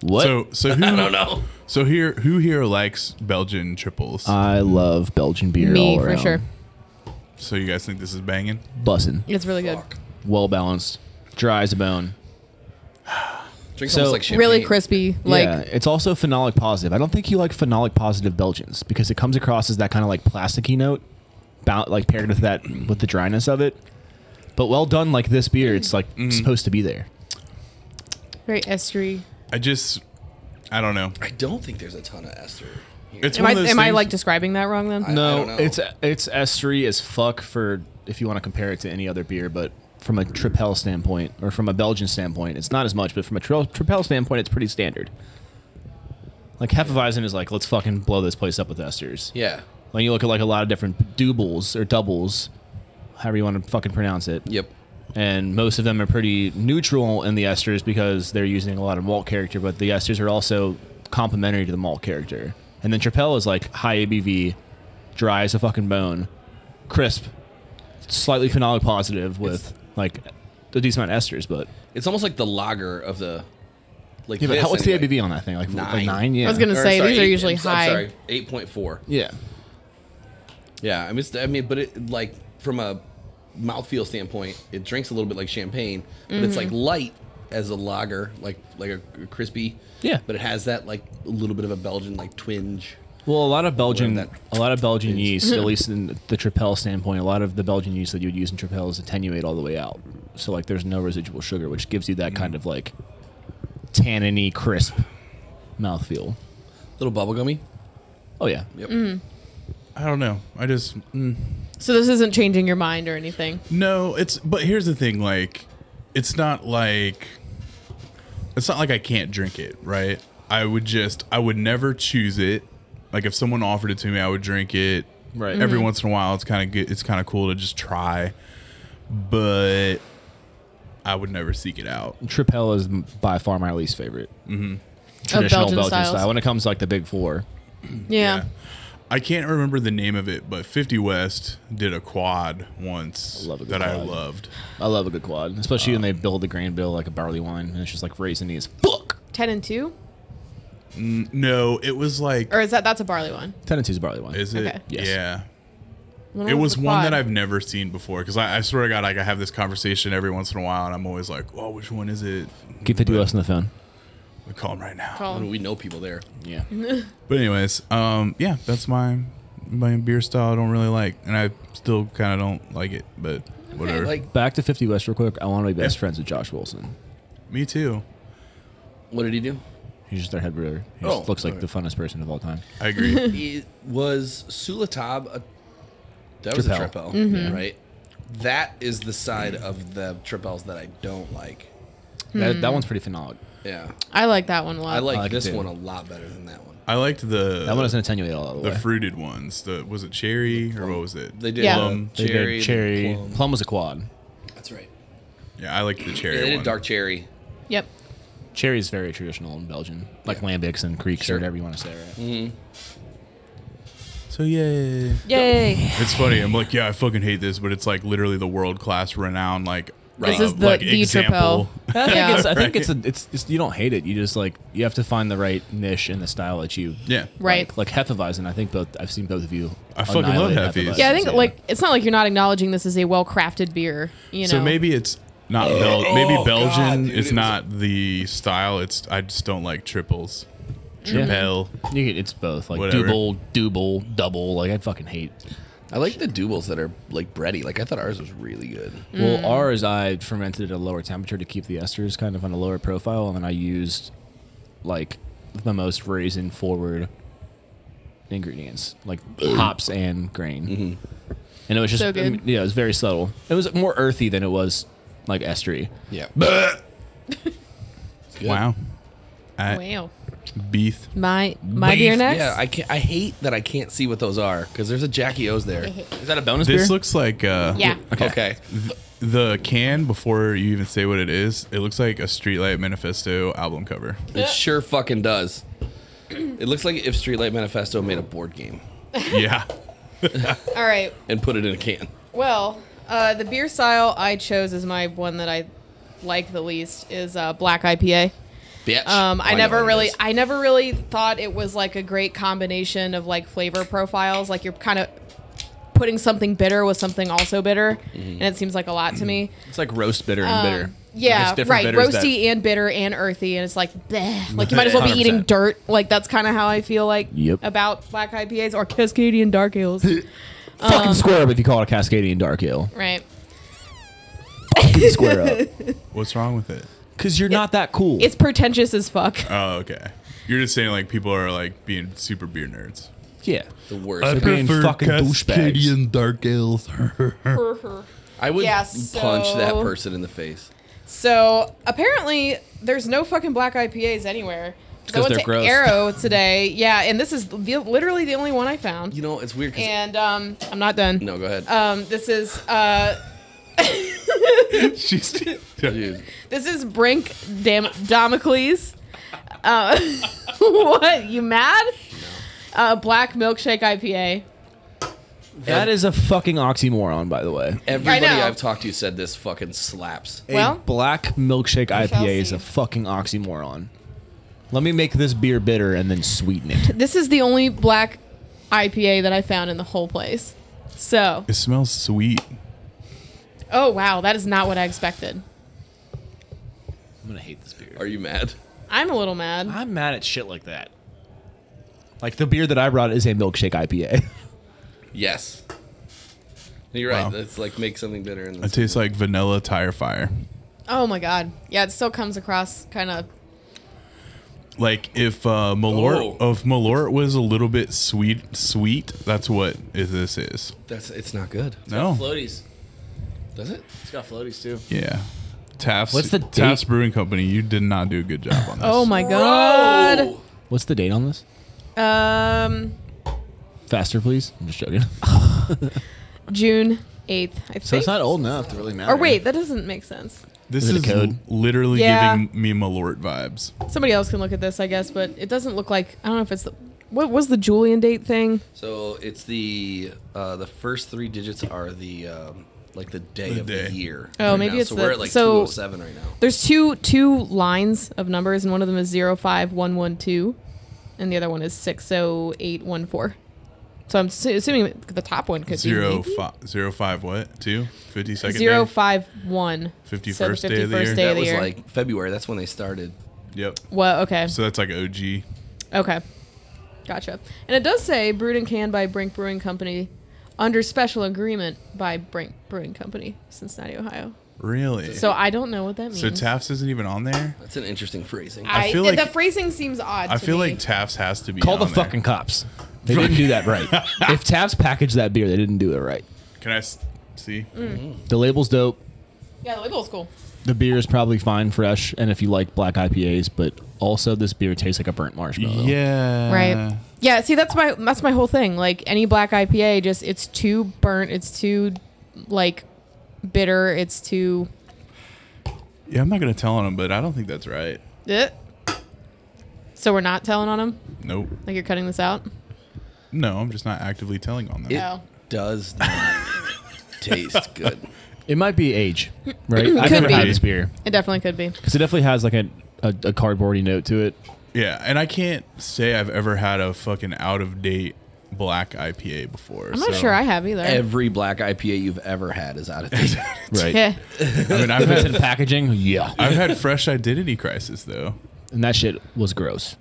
Speaker 2: what?
Speaker 1: So so who
Speaker 4: I don't know.
Speaker 1: So here who here likes Belgian triples?
Speaker 2: I love Belgian beer.
Speaker 3: Me
Speaker 2: all
Speaker 3: for
Speaker 2: around.
Speaker 3: sure.
Speaker 1: so you guys think this is banging?
Speaker 2: Bussin',
Speaker 3: It's really good.
Speaker 4: Fuck.
Speaker 2: well balanced, dry as a bone.
Speaker 4: Drinks
Speaker 2: So-
Speaker 4: almost like champagne.
Speaker 3: Really crispy. Like
Speaker 2: yeah, it's also phenolic positive. I don't think you like phenolic positive Belgians because it comes across as that kind of like plasticky note, bou- like paired with that with the dryness of it. But well done, like this beer, it's like
Speaker 4: Mm-hmm.
Speaker 2: supposed to be there.
Speaker 3: very estery.
Speaker 1: I just I don't know.
Speaker 4: I don't think there's a ton of ester. Here.
Speaker 1: It's
Speaker 3: Am
Speaker 1: one
Speaker 3: I
Speaker 1: of those
Speaker 3: am I
Speaker 1: things-
Speaker 3: like describing that wrong then?
Speaker 4: I
Speaker 2: No,
Speaker 4: don't know.
Speaker 2: it's it's estery as fuck for if you want to compare it to any other beer, but from a Tripel standpoint or from a Belgian standpoint, it's not as much. But from a tri- Tripel standpoint, it's pretty standard. Like Hefeweizen is like, let's fucking blow this place up with esters.
Speaker 4: yeah.
Speaker 2: When you look at like a lot of different doubles or doubles, however you want to fucking pronounce it.
Speaker 4: Yep.
Speaker 2: And most of them are pretty neutral in the esters because they're using a lot of malt character, but the esters are also complementary to the malt character. And then Tripel is like high ABV, dry as a fucking bone, crisp, slightly phenolic positive with like a decent amount of esters, but
Speaker 4: It's almost like the lager of the. Like
Speaker 2: yeah. But
Speaker 4: this
Speaker 2: how, what's
Speaker 4: anyway.
Speaker 2: the ABV on that thing? Like like
Speaker 4: Nine.
Speaker 2: nine? Yeah.
Speaker 3: I was gonna
Speaker 4: Or,
Speaker 3: say
Speaker 4: sorry,
Speaker 3: these are
Speaker 4: eight-
Speaker 3: usually
Speaker 4: I'm
Speaker 3: high.
Speaker 4: sorry, eight point four.
Speaker 2: yeah.
Speaker 4: Yeah, I mean, it's, I mean, but it like from a mouthfeel standpoint, it drinks a little bit like champagne, but it's
Speaker 3: Mm-hmm.
Speaker 4: like light as a lager, like like a crispy.
Speaker 2: Yeah.
Speaker 4: but it has that like a little bit of a Belgian like twinge.
Speaker 2: Well, a lot of Belgian,
Speaker 4: that
Speaker 2: a lot of Belgian yeast, at least in the Tripel standpoint, a lot of the Belgian yeast that you would use in Tripel is attenuate all the way out. So like, there's no residual sugar, which gives you that kind of like tanniny, crisp mouthfeel.
Speaker 4: Little bubblegummy.
Speaker 2: Oh yeah,
Speaker 4: Yep.
Speaker 3: Mm-hmm.
Speaker 1: I don't know. I just
Speaker 3: So this isn't changing your mind or anything.
Speaker 1: No, it's but here's the thing, like it's not like it's not like I can't drink it, right? I would just I would never choose it. Like if someone offered it to me, I would drink it.
Speaker 2: Right.
Speaker 3: Mm-hmm.
Speaker 1: Every once in a while it's kinda good it's kinda cool to just try. But I would never seek it out.
Speaker 2: Tripel is m- by far my least favorite
Speaker 3: of Belgian, styles.
Speaker 2: style. When it comes to like the big four,
Speaker 3: Yeah.
Speaker 1: Yeah. I can't remember the name of it, but 50 West did a quad once
Speaker 2: I love a good
Speaker 1: that I
Speaker 2: quad.
Speaker 1: loved.
Speaker 2: I love a good quad, especially when they build the grain bill like a barley wine, and it's just like raisiny as fuck.
Speaker 3: Ten and two,
Speaker 1: No, it was like
Speaker 3: or is that that's a barley one?
Speaker 2: Ten and two's barley wine.
Speaker 1: is it?
Speaker 3: okay.
Speaker 2: Yes.
Speaker 1: Yeah.
Speaker 3: When
Speaker 1: It was
Speaker 3: the
Speaker 1: one that
Speaker 3: quad?
Speaker 1: I've never seen before because I, I swear to God, like I have this conversation every once in a while, and I'm always like, "Oh, which one is it?"
Speaker 2: Keep fifty
Speaker 1: But-
Speaker 2: less on the phone.
Speaker 1: We call him right now.
Speaker 4: I
Speaker 3: Called-
Speaker 4: mean, we know people there.
Speaker 2: Yeah.
Speaker 1: But anyways, um, yeah, that's my my beer style. I don't really like, and I still kind of don't like it, but whatever.
Speaker 4: Like,
Speaker 2: Back to 50 West real quick. I want to be best
Speaker 1: Yeah.
Speaker 2: friends with Josh Wilson.
Speaker 1: me too.
Speaker 4: what did he do?
Speaker 2: He's just their head brewer. He
Speaker 4: Oh,
Speaker 2: just looks like
Speaker 4: alright.
Speaker 2: the funnest person of all time.
Speaker 1: I agree.
Speaker 4: He was Sulatab. A, that was a
Speaker 2: Tripel.
Speaker 4: triple, right? That is the side of the triples that I don't like.
Speaker 2: That, that one's pretty phenolic.
Speaker 4: Yeah,
Speaker 3: I like that one a lot.
Speaker 4: Uh, I like,
Speaker 2: I like it
Speaker 4: this
Speaker 2: too.
Speaker 4: one a lot better than that one.
Speaker 1: I liked the
Speaker 2: That one doesn't attenuate all the
Speaker 1: the
Speaker 2: way.
Speaker 1: fruited ones. The was it cherry or what was it?
Speaker 4: They did
Speaker 3: Yeah.
Speaker 4: plum,
Speaker 2: They did
Speaker 4: cherry,
Speaker 2: cherry.
Speaker 4: plum.
Speaker 2: Plum. was a quad.
Speaker 4: That's right.
Speaker 1: yeah, I liked the cherry.
Speaker 4: Yeah, they
Speaker 1: one.
Speaker 4: did dark cherry.
Speaker 3: Yep.
Speaker 2: Cherry is very traditional in Belgium, like lambics and creeks
Speaker 4: Sure.
Speaker 2: or whatever you want to say, right?
Speaker 1: So yeah,
Speaker 3: Yay.
Speaker 1: it's funny. I'm like, yeah, I fucking hate this, but it's like literally the world class renowned like
Speaker 3: This
Speaker 1: uh,
Speaker 3: is the
Speaker 1: like,
Speaker 3: the
Speaker 1: example.
Speaker 3: tripel. Yeah.
Speaker 2: I think it's, a, it's it's you don't hate it. You just like you have to find the right niche and the style that you
Speaker 1: Yeah,
Speaker 3: Right.
Speaker 2: like. Like Hefeweizen, I think both I've seen both of you.
Speaker 1: I fucking love
Speaker 2: annihilate
Speaker 1: Hefes.
Speaker 2: Hefeweizen.
Speaker 3: yeah, I think like it's not like you're not acknowledging this is a well crafted beer. You know.
Speaker 1: So maybe it's not Bel- maybe
Speaker 4: Oh, God,
Speaker 1: Belgian.
Speaker 4: dude,
Speaker 1: it's
Speaker 4: it was-
Speaker 1: not the style. It's I just don't like triples. Triple.
Speaker 2: You could- it's both like
Speaker 1: Whatever.
Speaker 2: double, double, double. Like I fucking hate
Speaker 4: I like the doubles that are like bready. Like I thought ours was really good.
Speaker 2: Well,
Speaker 3: Mm.
Speaker 2: ours I fermented at a lower temperature to keep the esters kind of on a lower profile, and then I used like the most raisin forward ingredients, like hops and grain. And it was just
Speaker 3: Mm-hmm. So good.
Speaker 2: I mean, yeah, it was very subtle. It was more earthy than it was like estery.
Speaker 4: Yeah.
Speaker 1: Wow. At
Speaker 3: Wow.
Speaker 1: Beef.
Speaker 3: My my beer next.
Speaker 4: Yeah, I can't. I hate that I can't see what those are because there's a Jackie O's there.
Speaker 2: Is that a bonus
Speaker 1: This looks like uh,
Speaker 3: yeah.
Speaker 4: Okay.
Speaker 1: the can before you even say what it is. It looks like a Streetlight Manifesto album cover.
Speaker 4: It sure fucking does. It looks like if Streetlight Manifesto made a board game
Speaker 1: yeah.
Speaker 3: All right.
Speaker 4: and put it in a can.
Speaker 3: Well, uh, the beer style I chose as my one that I like the least is uh, black IPA.
Speaker 4: Bitch.
Speaker 3: Um, I,
Speaker 4: know
Speaker 3: never
Speaker 4: it
Speaker 3: really,
Speaker 4: is.
Speaker 3: I never really thought it was like a great combination of like flavor profiles. Like you're kind of putting something bitter with something also bitter,
Speaker 2: Mm-hmm.
Speaker 3: and it seems like a lot to me.
Speaker 2: It's like roast bitter and
Speaker 3: Um,
Speaker 2: bitter.
Speaker 3: Yeah,
Speaker 2: Like, there's
Speaker 3: right.
Speaker 2: bitters that-
Speaker 3: Roasty and bitter and earthy, and it's like, bleh. like you might as well be eating
Speaker 2: 100%.
Speaker 3: dirt. Like that's kind of how I feel like
Speaker 2: Yep.
Speaker 3: about black IPAs or Cascadian dark ales, um,
Speaker 2: fucking square up if you call it a Cascadian dark ale.
Speaker 3: right?
Speaker 2: square up,
Speaker 1: What's wrong with it?
Speaker 2: because you're not that cool.
Speaker 3: It's pretentious as fuck.
Speaker 1: Oh, okay. You're just saying like people are like being super beer nerds.
Speaker 2: yeah.
Speaker 4: the worst.
Speaker 2: They're being fucking douchebags.
Speaker 1: dark ales.
Speaker 2: Uh,
Speaker 4: I would
Speaker 3: Yeah,
Speaker 4: punch that
Speaker 3: so-
Speaker 4: person in the face.
Speaker 3: So apparently, there's no fucking black IPAs anywhere.
Speaker 2: 'Cause
Speaker 3: 'Cause I went
Speaker 2: they're
Speaker 3: to
Speaker 2: gross.
Speaker 3: Arrow today, yeah, and this is the, literally the only one I found.
Speaker 4: You know, it's weird because
Speaker 3: and um, I'm not done.
Speaker 4: no, go ahead.
Speaker 3: Um, this is uh,
Speaker 1: She's
Speaker 4: Dude,
Speaker 3: this is Brink Dam- Damocles. Uh, what? You mad? Uh, black milkshake IPA.
Speaker 2: That is a fucking oxymoron, by the way.
Speaker 4: everybody
Speaker 3: know.
Speaker 4: I've talked to said this fucking slaps.
Speaker 3: Well-
Speaker 2: a black milkshake
Speaker 3: shall
Speaker 2: IPA is
Speaker 3: see.
Speaker 2: a fucking oxymoron. Let me make this beer bitter and then sweeten it.
Speaker 3: This is the only black IPA that I found in the whole place. So,
Speaker 1: It smells sweet.
Speaker 3: oh wow, that is not what I expected.
Speaker 2: I'm gonna hate this beer.
Speaker 4: Are you mad?
Speaker 3: I'm a little mad.
Speaker 2: I'm mad at shit like that. Like the beer that I brought is a milkshake IPA.
Speaker 4: Yes. You're right.
Speaker 1: Wow.
Speaker 4: That's like make something bitter and
Speaker 1: It tastes like vanilla tire fire.
Speaker 3: Oh my god. Yeah, it still comes across kind of.
Speaker 1: Like if uh, Malort,
Speaker 4: Oh.
Speaker 1: if Malort was a little bit sweet, sweet, that's what is this is.
Speaker 4: that's it's not good.
Speaker 1: No,
Speaker 8: Floaties.
Speaker 4: Does it?
Speaker 8: It's got floaties too.
Speaker 1: yeah. Taft's,
Speaker 2: What's the date?
Speaker 1: Taft's Brewing Company? You did not do a good job on this.
Speaker 3: Oh my god.
Speaker 4: Oh,
Speaker 2: What's the date on this?
Speaker 3: Um,
Speaker 2: Faster, please. I'm just joking.
Speaker 3: June 8th, I think.
Speaker 2: So it's not old enough to really matter.
Speaker 3: or wait, that doesn't make sense.
Speaker 1: This
Speaker 2: Is it a
Speaker 1: is
Speaker 2: code?
Speaker 1: l- literally
Speaker 3: Yeah.
Speaker 1: giving me Malort vibes.
Speaker 3: Somebody else can look at this, I guess, but it doesn't look like. I don't know if it's the. What was the Julian date thing?
Speaker 4: So it's the uh, the first three digits are the um, like the day
Speaker 1: The
Speaker 4: of
Speaker 1: day.
Speaker 4: the year.
Speaker 3: Oh,
Speaker 4: right
Speaker 3: maybe
Speaker 4: now.
Speaker 3: it's
Speaker 4: so
Speaker 3: the-
Speaker 4: we're at like
Speaker 3: so-
Speaker 4: 207 right now.
Speaker 3: There's two two lines of numbers, and one of them is 05112, and the other one is 60814. So I'm assu- assuming the top one could
Speaker 1: Zero
Speaker 3: be
Speaker 1: five, zero five, what? Two? 50 second
Speaker 3: zero
Speaker 1: day?
Speaker 3: five one.
Speaker 1: 51st day of the year.
Speaker 3: Day
Speaker 4: That
Speaker 3: of the
Speaker 4: was
Speaker 3: year.
Speaker 4: like February. That's when they started.
Speaker 1: Yep.
Speaker 3: Well, okay.
Speaker 1: So that's like OG.
Speaker 3: Okay. Gotcha. And it does say brewed and canned by Brink Brewing Company under special agreement by Brink Brewing Company, Cincinnati, Ohio.
Speaker 1: Really?
Speaker 3: So I don't know what that means.
Speaker 1: So Taft's isn't even on there?
Speaker 4: That's an interesting phrasing.
Speaker 3: I,
Speaker 1: feel
Speaker 3: th-
Speaker 1: like-
Speaker 3: the phrasing seems odd.
Speaker 1: I
Speaker 3: to
Speaker 1: feel
Speaker 3: me.
Speaker 1: like Taft's has to be
Speaker 2: Call the
Speaker 1: on there.
Speaker 2: fucking cops. They didn't do that right. if Taps packaged that beer, they didn't do it right.
Speaker 1: Can I s- see?
Speaker 3: Mm.
Speaker 2: The label's dope.
Speaker 3: yeah, the label's cool.
Speaker 2: The beer is probably fine, fresh, and if you like black IPAs, but also this beer tastes like a burnt marshmallow.
Speaker 1: Yeah.
Speaker 3: Right. Yeah. See, that's my that's my whole thing. Like any black IPA, just it's too burnt. It's too like bitter. It's too.
Speaker 1: Yeah, I'm not going to tell on him, but I don't think that's right.
Speaker 3: Eh. So we're not telling on them.
Speaker 1: Nope.
Speaker 3: Like you're cutting this out.
Speaker 1: No, I'm just not actively telling on them.
Speaker 4: it
Speaker 3: Oh.
Speaker 4: does not taste good.
Speaker 2: It might be age, right? I've
Speaker 3: Could
Speaker 2: never
Speaker 3: be.
Speaker 2: had this beer
Speaker 3: It definitely could be.
Speaker 2: because it definitely has like a, a, a cardboardy note to it.
Speaker 1: yeah, and I can't say I've ever had a fucking out of date black IPA before.
Speaker 3: I'm not sure I have either.
Speaker 4: Every black IPA you've ever had is out of date.
Speaker 2: Right.
Speaker 3: Yeah.
Speaker 1: I mean, I've
Speaker 2: If it's in
Speaker 1: had,
Speaker 2: packaging, yeah.
Speaker 1: I've had fresh identity crisis, though.
Speaker 2: And that shit was gross.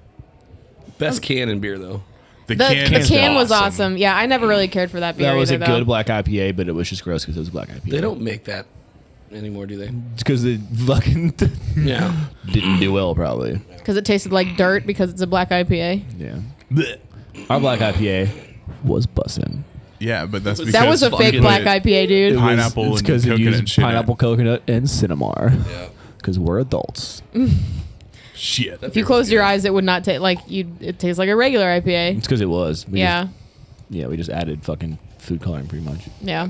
Speaker 4: Best can in beer though.
Speaker 1: The,
Speaker 3: The,
Speaker 1: can,
Speaker 3: the
Speaker 1: is
Speaker 3: can was
Speaker 1: awesome.
Speaker 3: awesome. Yeah, I never really cared for that beer.
Speaker 2: That was a
Speaker 3: either,
Speaker 2: good
Speaker 3: though.
Speaker 2: black IPA, but it was just gross because it was a black IPA.
Speaker 4: They don't make that anymore, do they?
Speaker 2: because it fucking
Speaker 4: Yeah.
Speaker 2: didn't do well, probably.
Speaker 3: because it tasted like dirt because it's a black IPA.
Speaker 2: Yeah,
Speaker 1: Blech.
Speaker 2: our black IPA was bussin'.
Speaker 1: Yeah, but that's because
Speaker 3: That was a fake
Speaker 1: fucking
Speaker 3: black
Speaker 1: it-
Speaker 3: IPA, dude.
Speaker 1: It was- Pineapple
Speaker 2: It's
Speaker 1: and
Speaker 2: because it
Speaker 1: coconut
Speaker 2: used
Speaker 1: and shit in it.
Speaker 2: pineapple, coconut, and Cinemar.
Speaker 4: Yeah.
Speaker 2: Because we're adults.
Speaker 1: Shit.
Speaker 3: If you closed your eyes, it would not taste like you. It tastes like a regular IPA.
Speaker 2: It's because it was. We
Speaker 3: Yeah,
Speaker 2: Just, yeah, we just added fucking food coloring pretty much.
Speaker 3: yeah.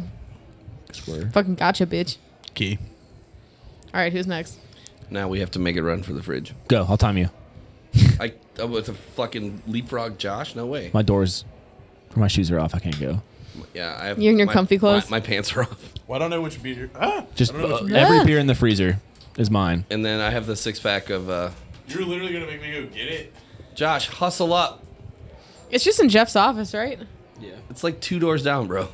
Speaker 2: 'Cause we're
Speaker 3: Fucking gotcha, bitch.
Speaker 1: Key.
Speaker 3: All right, who's next?
Speaker 4: Now we have to make it run for the fridge.
Speaker 2: go. I'll time you.
Speaker 4: I I was a fucking leapfrog Josh. No way.
Speaker 2: My doors, or my shoes are off. I can't go.
Speaker 4: yeah, I have
Speaker 3: You and your
Speaker 4: my-
Speaker 3: comfy clothes?
Speaker 4: My, my pants are off,
Speaker 1: Well, I don't know which beer. Ah,
Speaker 2: Just
Speaker 1: I don't know
Speaker 2: uh,
Speaker 1: which
Speaker 2: every
Speaker 3: Ah.
Speaker 2: beer in the freezer is mine.
Speaker 4: and then I have the six pack of uh,
Speaker 1: you're literally gonna make me go get it.
Speaker 4: Josh. Hustle up.
Speaker 3: It's just in Jeff's office, right?
Speaker 8: Yeah.
Speaker 4: It's like two doors down, bro.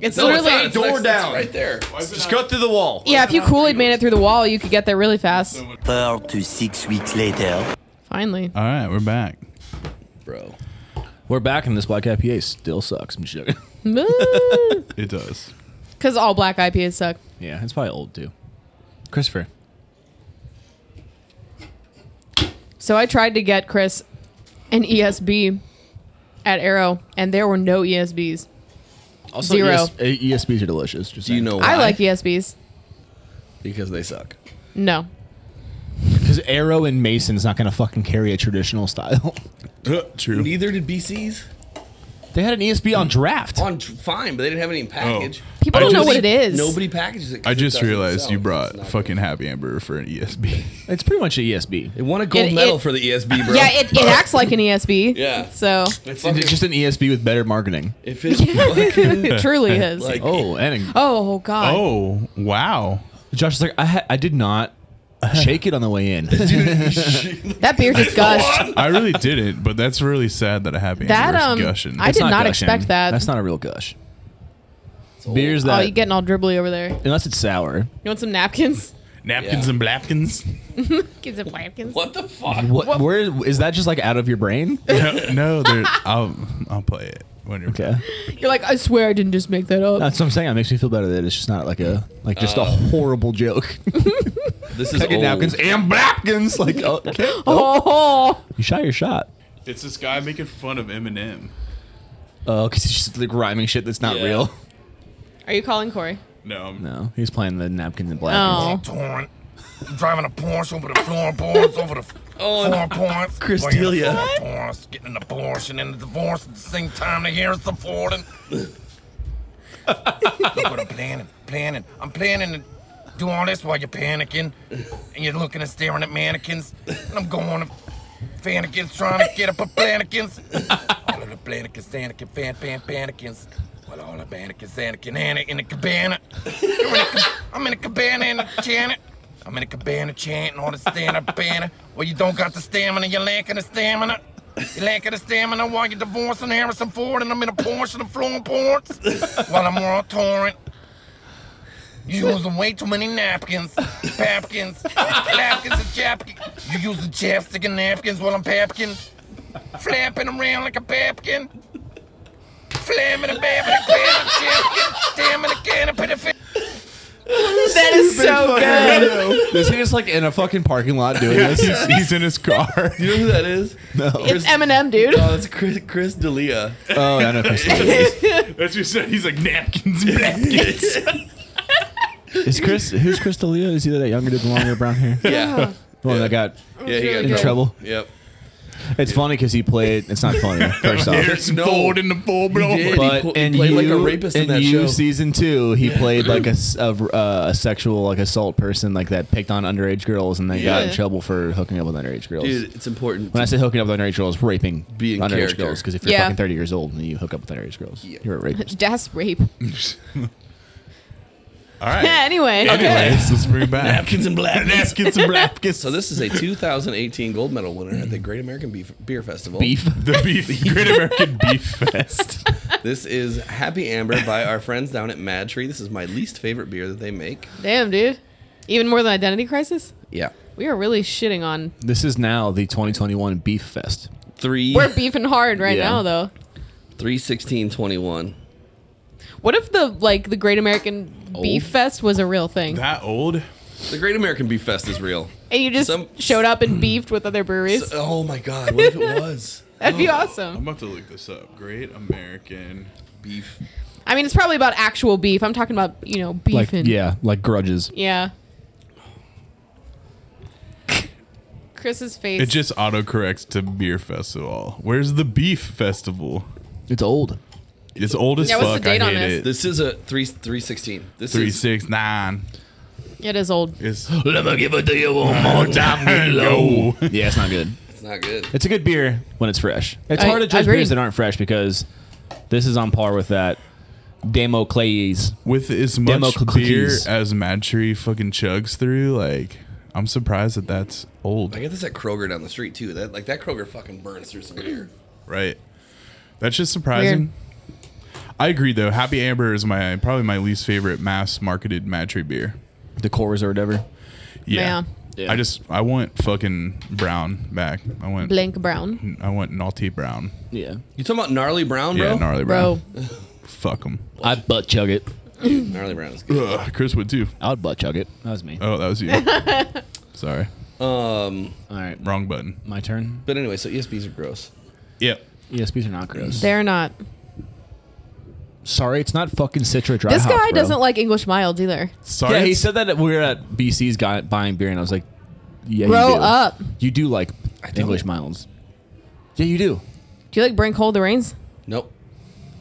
Speaker 3: It's
Speaker 4: No, it's
Speaker 3: literally
Speaker 4: not. It's
Speaker 8: door
Speaker 4: next- it's
Speaker 8: down.
Speaker 4: right there.
Speaker 1: is it
Speaker 4: Just
Speaker 1: not-
Speaker 4: go through the wall.
Speaker 3: yeah. If you Kool Aid man it through the wall, you could get there really fast.
Speaker 9: Four to six weeks later.
Speaker 3: Finally,
Speaker 1: All right, we're back.
Speaker 4: bro.
Speaker 2: We're back, and this black IPA still sucks. I'm just joking.
Speaker 3: because
Speaker 1: It does.
Speaker 3: all black IPAs suck.
Speaker 2: yeah, it's probably old too. Christopher,
Speaker 3: So I tried to get Chris an ESB at Arrow, and there were no E ESBs.
Speaker 2: also
Speaker 3: Zero.
Speaker 2: ES- ESBs are delicious. Just
Speaker 4: Do you know why?
Speaker 3: I like ESBs.
Speaker 4: because they suck.
Speaker 3: No,
Speaker 2: because Arrow and Mason's not gonna fucking carry a traditional style.
Speaker 1: True.
Speaker 4: Neither did BC's.
Speaker 2: they had an ESB on draft.
Speaker 4: On tr- fine, but they didn't have any in package.
Speaker 2: Oh.
Speaker 3: people
Speaker 1: Oh. I
Speaker 3: don't know
Speaker 1: just-
Speaker 3: what it is.
Speaker 4: Nobody packages it. 'cause
Speaker 1: I
Speaker 4: it
Speaker 1: just
Speaker 4: doesn't
Speaker 1: realized
Speaker 4: sell.
Speaker 1: you
Speaker 4: It's
Speaker 1: brought
Speaker 4: not
Speaker 1: fucking Happy Amber for an E ESB.
Speaker 2: It's pretty much E an ESB.
Speaker 4: It won a gold
Speaker 3: It-
Speaker 4: medal
Speaker 3: it-
Speaker 4: for the ESB, bro.
Speaker 3: Yeah, it, it acts like an ESB.
Speaker 4: Yeah.
Speaker 3: So
Speaker 4: It
Speaker 2: It's just an ESB with better marketing.
Speaker 4: if it's fucking
Speaker 3: it truly is.
Speaker 4: like
Speaker 2: Oh, and
Speaker 3: oh God.
Speaker 1: oh wow!
Speaker 2: Josh is like, I ha- I did not shake it on the way in.
Speaker 3: That beer just gushed.
Speaker 1: I really didn't, but that's really sad that a Happy
Speaker 3: That,
Speaker 1: Amber is
Speaker 3: um,
Speaker 1: gushing.
Speaker 3: I
Speaker 2: It's
Speaker 3: did not
Speaker 2: gushing.
Speaker 3: expect that.
Speaker 2: That's not a real gush. Beers
Speaker 3: Oh,
Speaker 2: that
Speaker 3: you're getting all dribbly over there. You
Speaker 2: unless it's sour.
Speaker 3: want some napkins?
Speaker 1: Napkins
Speaker 4: Yeah.
Speaker 1: and blapkins.
Speaker 3: Get some napkins.
Speaker 4: what the fuck?
Speaker 2: What, Where is that? Just like out of your brain?
Speaker 1: no, no they're- I'll I'll play it when you're
Speaker 2: Okay,
Speaker 3: You're like, I swear I didn't just make that up.
Speaker 2: that's what I'm saying. It makes me feel better that it's just not like a like just a horrible joke.
Speaker 4: This is
Speaker 2: Fucking
Speaker 4: old.
Speaker 2: napkins and blapkins. Like oh, okay, oh.
Speaker 3: oh,
Speaker 2: you shot your shot.
Speaker 1: It's this guy making fun of Eminem.
Speaker 2: Oh, because he's just like rhyming shit that's not
Speaker 4: Yeah.
Speaker 2: real.
Speaker 3: are you calling Corey?
Speaker 1: No,
Speaker 2: No, he's playing the napkins and blapkins.
Speaker 3: Oh,
Speaker 10: torrent. I'm driving a Porsche over the floorboards, over the floorboards.
Speaker 4: Christelia.
Speaker 10: Torrance getting an abortion and a divorce at the same time. They hear us affording. Look what I'm planning, planning. I'm planning to do all this while you're panicking, and you're looking and staring at mannequins. And I'm going to fannikins, trying to get up at plannikins. all of the plannikins, anakin, fan, fan, panikins. Well, all the mannequins, anakin, Anna in the cabana. You're in a cab- I'm in a cabana in a Janet. I'm in a cabana chanting all the stand up banner. Well, you don't got the stamina, you're lacking the stamina. You're lacking the stamina while you're divorcing Harrison Ford and I'm in a Porsche and I'm flowing ports while I'm on torrent. You're using way too many napkins, papkins, napkins and japkins. You're using chapstick and napkins while I'm papkin. Flapping around like a papkin. Flamming and babbing and clamming, chapkin. Stamming again, I put a fit.
Speaker 3: that is so good.
Speaker 2: Is he just like in a fucking parking lot doing this?
Speaker 1: he's, he's in his car.
Speaker 4: You know who that is?
Speaker 3: It's Eminem, dude.
Speaker 4: Oh, that's Chris, Chris D'Elia.
Speaker 2: Oh, I know. Chris.
Speaker 1: That's what he said. He's like napkins, and napkins.
Speaker 2: Is Chris? Who's Chris D'Elia? Is he that younger dude with the longer brown hair?
Speaker 4: Yeah.
Speaker 2: The one that got
Speaker 4: Yeah, he got
Speaker 3: In
Speaker 2: in
Speaker 4: in trouble.
Speaker 2: trouble.
Speaker 4: Yep.
Speaker 2: It's funny because he played. It's not funny. First off,
Speaker 1: Harrison Ford in the full blown.
Speaker 4: did.
Speaker 2: but
Speaker 4: He pl- he
Speaker 2: in
Speaker 4: played
Speaker 2: you,
Speaker 4: like a rapist in
Speaker 2: in
Speaker 4: that
Speaker 2: you
Speaker 4: show.
Speaker 2: season two, he played like a, s- a r- uh, a sexual like assault person like that picked on underage girls and they got in
Speaker 3: Yeah.
Speaker 2: trouble for hooking up with underage girls.
Speaker 4: Dude, it's important.
Speaker 2: When I say hooking up with underage girls, raping
Speaker 4: Be in
Speaker 2: underage
Speaker 4: character.
Speaker 2: girls because if you're
Speaker 3: Yeah.
Speaker 2: fucking 30 years old and you hook up with underage girls, you're a rapist.
Speaker 3: That's rape.
Speaker 1: All right.
Speaker 3: Yeah. Anyway.
Speaker 1: Anyways, let's bring it back.
Speaker 4: napkins and black.
Speaker 1: napkins and napkins.
Speaker 4: So this is a 2018 gold medal winner at the Great American Beef, Beer Festival.
Speaker 2: Beef.
Speaker 1: the beef, Great American Beef Fest.
Speaker 4: This is Happy Amber by our friends down at Mad Tree. This is my least favorite beer that they make.
Speaker 3: Damn, dude. Even more than Identity Crisis.
Speaker 4: Yeah.
Speaker 3: We are really shitting on.
Speaker 2: This is now the 2021 Beef Fest.
Speaker 4: Three,
Speaker 3: We're beefing hard right
Speaker 2: Yeah.
Speaker 3: now, though.
Speaker 4: three, sixteen, twenty-one.
Speaker 3: What if the like the Great American Beef Fest was a real thing,
Speaker 1: That old?
Speaker 4: The Great American Beef Fest is real.
Speaker 3: and you just
Speaker 4: some-
Speaker 3: showed up and beefed with other breweries?
Speaker 4: Oh my God! What if it was?
Speaker 3: That'd be
Speaker 1: I'm
Speaker 3: awesome.
Speaker 1: about to look this up. Great American Beef.
Speaker 3: I mean, it's probably about actual beef. I'm talking about you know beef
Speaker 2: Like
Speaker 3: and
Speaker 2: yeah, like grudges.
Speaker 3: yeah. Chris's face.
Speaker 1: It just autocorrects to Beer Festival. Where's the Beef Festival?
Speaker 2: It's old.
Speaker 1: It's old as
Speaker 3: Yeah, what's the
Speaker 1: fuck. I
Speaker 3: date on
Speaker 1: hate
Speaker 3: this?
Speaker 1: it.
Speaker 4: This is a three, three sixteen. This
Speaker 1: Three
Speaker 4: is
Speaker 1: six nine.
Speaker 3: it is old.
Speaker 1: It's
Speaker 2: Let me give it to you one more
Speaker 1: time you go.
Speaker 2: yeah, it's not good.
Speaker 4: it's not good.
Speaker 2: It's a good beer when it's fresh. It's
Speaker 3: I-
Speaker 2: hard to judge
Speaker 3: agree.
Speaker 2: beers that aren't fresh because this is on par with that Damocles.
Speaker 1: with as
Speaker 2: Demo
Speaker 1: much beer
Speaker 2: cookies.
Speaker 1: as Mad Tree fucking chugs through. Like, I'm surprised that that's old.
Speaker 4: I get this at Kroger down the street too. That like that Kroger fucking burns through some beer.
Speaker 1: Right. That's just surprising. I agree though. Happy Amber is my probably my least favorite mass marketed Matry beer.
Speaker 2: The cores or whatever.
Speaker 1: Yeah.
Speaker 2: Yeah. Yeah.
Speaker 1: I just I want fucking brown back. I want
Speaker 3: Blank brown,
Speaker 1: I want naughty brown.
Speaker 2: Yeah.
Speaker 4: You talking about gnarly brown, bro?
Speaker 1: Yeah, gnarly
Speaker 3: bro.
Speaker 1: brown. Fuck them.
Speaker 2: I butt chug it.
Speaker 4: gnarly brown is good.
Speaker 1: Ugh, Chris would too.
Speaker 2: I would butt chug it. Uh, That was me.
Speaker 1: Oh, that was you. Sorry,
Speaker 2: All right.
Speaker 1: wrong button.
Speaker 2: My turn.
Speaker 4: But anyway, so ESBs are gross.
Speaker 1: Yep.
Speaker 2: ESPs are not gross.
Speaker 3: They're not.
Speaker 2: Sorry, it's not fucking Citra Dry
Speaker 3: This
Speaker 2: Hops,
Speaker 3: guy
Speaker 2: bro.
Speaker 3: doesn't like English Miles either.
Speaker 1: Sorry.
Speaker 2: Yeah, he
Speaker 1: it's-
Speaker 2: said that we were at BC's guy buying beer, and I was like, yeah,
Speaker 3: Grow
Speaker 2: you do.
Speaker 3: up.
Speaker 2: You do like English Miles. Yeah, you do.
Speaker 3: Do you like Brink Hold the Reins?
Speaker 4: Nope,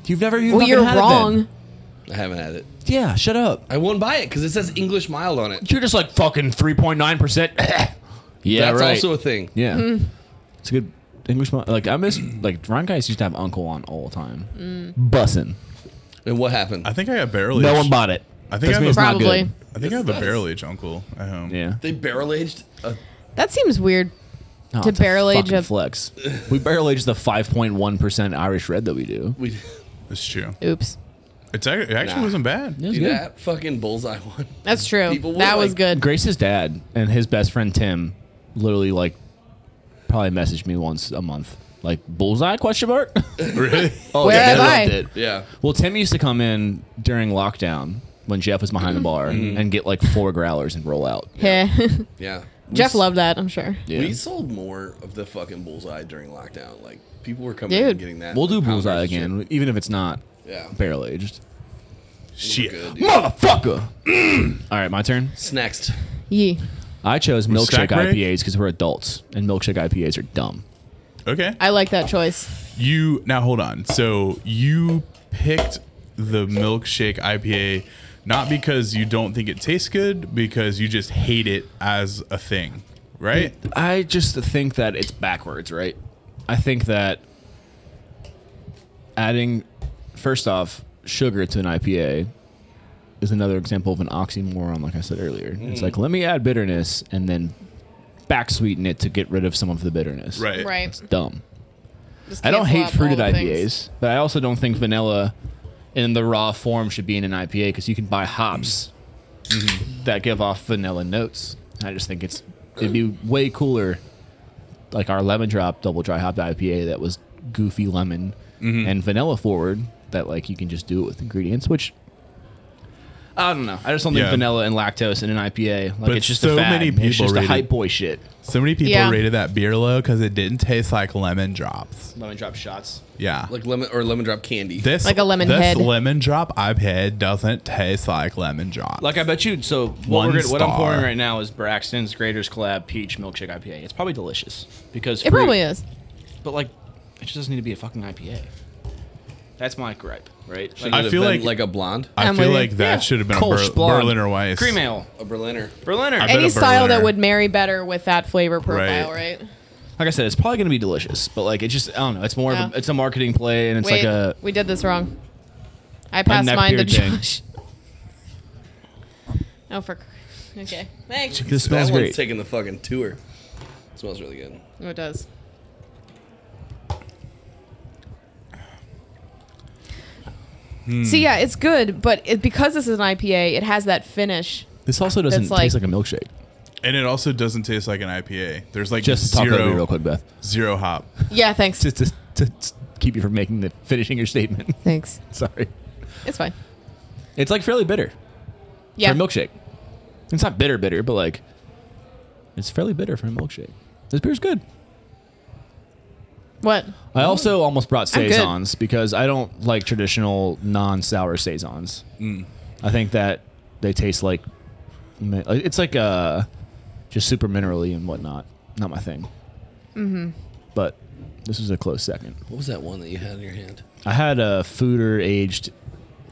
Speaker 2: You've never even
Speaker 3: Well,
Speaker 2: fucking
Speaker 3: you're
Speaker 2: had it then.
Speaker 3: wrong.
Speaker 4: I haven't had it.
Speaker 2: Yeah, shut up.
Speaker 4: I won't buy it because it says English mild on it.
Speaker 2: You're just like fucking 3.9%. yeah,
Speaker 4: That's
Speaker 2: right.
Speaker 4: also a thing.
Speaker 2: yeah. It's a good English Miles. Like, I miss, like, Ryan Guys used to have Uncle on all the time.
Speaker 3: Mm.
Speaker 2: Bussin'.
Speaker 4: And what happened?
Speaker 1: I think I have barrel
Speaker 2: No
Speaker 1: aged-
Speaker 2: one bought it.
Speaker 1: I think
Speaker 2: Doesn't
Speaker 1: I
Speaker 2: mean
Speaker 1: have
Speaker 2: it's
Speaker 1: a-
Speaker 2: not
Speaker 3: Probably.
Speaker 2: good.
Speaker 1: I think I have a
Speaker 4: Yes.
Speaker 1: barrel aged uncle at home.
Speaker 2: Yeah.
Speaker 4: they barrel aged. A,
Speaker 3: That seems weird.
Speaker 2: No,
Speaker 3: To
Speaker 2: Oh, it's a
Speaker 3: barrel age
Speaker 2: fucking
Speaker 3: a-
Speaker 2: flex. we barrel age the 5.1% Irish red that we do.
Speaker 4: we do
Speaker 1: That's true.
Speaker 3: Oops.
Speaker 1: It's ac- it actually
Speaker 4: Nah.
Speaker 1: wasn't bad.
Speaker 2: It was good.
Speaker 4: that fucking bullseye one.
Speaker 3: That's true.
Speaker 4: People were
Speaker 3: that was
Speaker 4: like-
Speaker 3: good.
Speaker 2: Grace's dad and his best friend Tim literally like probably messaged me once a month. Like bullseye question mark?
Speaker 1: Really?
Speaker 2: Oh
Speaker 3: Where have
Speaker 2: they
Speaker 3: I?
Speaker 2: loved it.
Speaker 4: Yeah,
Speaker 2: Well, Tim used to come in during lockdown when Jeff was behind the bar and get like four growlers and roll out.
Speaker 3: Yeah.
Speaker 4: yeah.
Speaker 3: Jeff
Speaker 4: we, s-
Speaker 3: loved that, I'm sure.
Speaker 2: Yeah.
Speaker 4: We sold more of the fucking bullseye during lockdown. Like people were coming
Speaker 3: Dude.
Speaker 4: and getting that.
Speaker 2: We'll do
Speaker 4: like, pounders
Speaker 2: bullseye
Speaker 4: and shit.
Speaker 2: again, even if it's not
Speaker 4: Yeah.
Speaker 2: barrel aged.
Speaker 1: Shit.
Speaker 4: Good, dude.
Speaker 2: Motherfucker! All right, my turn.
Speaker 4: What's next?
Speaker 3: Yee.
Speaker 2: I chose milkshake
Speaker 1: Stack Rank?
Speaker 2: IPAs because we're adults and milkshake IPAs are dumb.
Speaker 1: Okay.
Speaker 3: I like that choice.
Speaker 1: You now hold on. So you picked the milkshake IPA not because you don't think it tastes good, because you just hate it as a thing, right?
Speaker 2: I just think that it's backwards, right? I think that adding, first off, sugar to an IPA is another example of an oxymoron, like I said earlier. It's like, let me add bitterness and then back sweeten it to get rid of some of the bitterness.
Speaker 1: Right.
Speaker 3: Right.
Speaker 2: Dumb.
Speaker 3: Just
Speaker 2: I don't
Speaker 3: cancel
Speaker 2: hate
Speaker 3: out all
Speaker 2: fruited
Speaker 3: the
Speaker 2: IPAs,
Speaker 3: things.
Speaker 2: but I also don't think vanilla in the raw form should be in an IPA because you can buy hops
Speaker 1: Mm-hmm.
Speaker 2: that give off vanilla notes. I just think it's it'd be way cooler, like our lemon drop double dry hopped IPA that was goofy lemon
Speaker 1: Mm-hmm.
Speaker 2: and vanilla forward. That like you can just do it with ingredients, which I don't know. I just don't think
Speaker 1: Yeah.
Speaker 2: vanilla and lactose in an IPA like
Speaker 1: But
Speaker 2: it's just
Speaker 1: so
Speaker 2: a fad.
Speaker 1: many
Speaker 2: it's
Speaker 1: people
Speaker 2: just a
Speaker 1: rated-
Speaker 2: hype boy shit.
Speaker 1: So many people
Speaker 3: Yeah.
Speaker 1: rated that beer low because it didn't taste like lemon drops.
Speaker 2: Lemon drop shots.
Speaker 1: Yeah.
Speaker 4: Like lemon or lemon drop candy.
Speaker 1: this
Speaker 3: Like a lemon
Speaker 1: this
Speaker 3: head.
Speaker 1: lemon drop I've had doesn't taste like lemon drops.
Speaker 2: Like I bet you. So what,
Speaker 1: One
Speaker 2: we're gonna, what I'm
Speaker 1: star.
Speaker 2: pouring right now is Braxton's Graders Collab Peach Milkshake IPA. It's probably delicious because
Speaker 3: It
Speaker 2: fruit,
Speaker 3: probably is.
Speaker 2: But like, it just doesn't need to be a fucking IPA. That's my gripe, right? Like,
Speaker 1: I
Speaker 4: Would have
Speaker 1: feel
Speaker 4: been
Speaker 1: like-
Speaker 4: like a blonde,
Speaker 1: I
Speaker 3: I'm
Speaker 1: feel
Speaker 3: with you.
Speaker 1: like that
Speaker 3: Yeah.
Speaker 1: should have been a
Speaker 2: Kolsch
Speaker 1: Ber-
Speaker 2: blonde,
Speaker 1: Berliner Weiss.
Speaker 2: cream ale,
Speaker 4: a Berliner.
Speaker 2: Berliner.
Speaker 1: bet
Speaker 3: Any
Speaker 1: a
Speaker 3: style that
Speaker 1: Berliner.
Speaker 3: would marry better with that flavor profile,
Speaker 1: Right.
Speaker 3: right?
Speaker 2: like I said, it's probably gonna be delicious, but like, it just I don't know. It's more of
Speaker 3: Yeah.
Speaker 2: a, it's a marketing play, and it's
Speaker 3: Wait,
Speaker 2: like a
Speaker 3: we did this wrong. I passed
Speaker 2: neck
Speaker 3: mine to
Speaker 2: beard thing.
Speaker 3: Josh. oh, for. cr- Okay. Thanks.
Speaker 2: this
Speaker 4: That
Speaker 2: smells
Speaker 4: one's
Speaker 2: great.
Speaker 4: taking the fucking tour. smells really good.
Speaker 3: Oh, it does.
Speaker 2: Hmm.
Speaker 3: See, yeah, it's good, but it, because this is an IPA, it has that finish.
Speaker 2: this also doesn't
Speaker 3: like-
Speaker 2: taste like a milkshake.
Speaker 1: And it also doesn't taste like an IPA. There's like
Speaker 2: Just to talk over you
Speaker 1: zero,
Speaker 2: real quick, Beth.
Speaker 1: zero hop.
Speaker 3: Yeah, thanks.
Speaker 2: Just to, to, to keep you from making the finishing your statement.
Speaker 3: Thanks.
Speaker 2: Sorry.
Speaker 3: It's fine.
Speaker 2: It's like fairly bitter
Speaker 3: Yeah.
Speaker 2: for a milkshake. It's not bitter, bitter, but like it's fairly bitter for a milkshake. This beer's good.
Speaker 3: What?
Speaker 2: I also almost brought
Speaker 3: Mm. I'm good.
Speaker 2: saisons because I don't like traditional non-sour saisons.
Speaker 4: Mm.
Speaker 2: I think that they taste like mi- like- it's like uh just super minerally and whatnot. Not my thing. Mm-hmm. But this was a close second.
Speaker 4: What was that one that you had in your hand?
Speaker 2: I had a fooder aged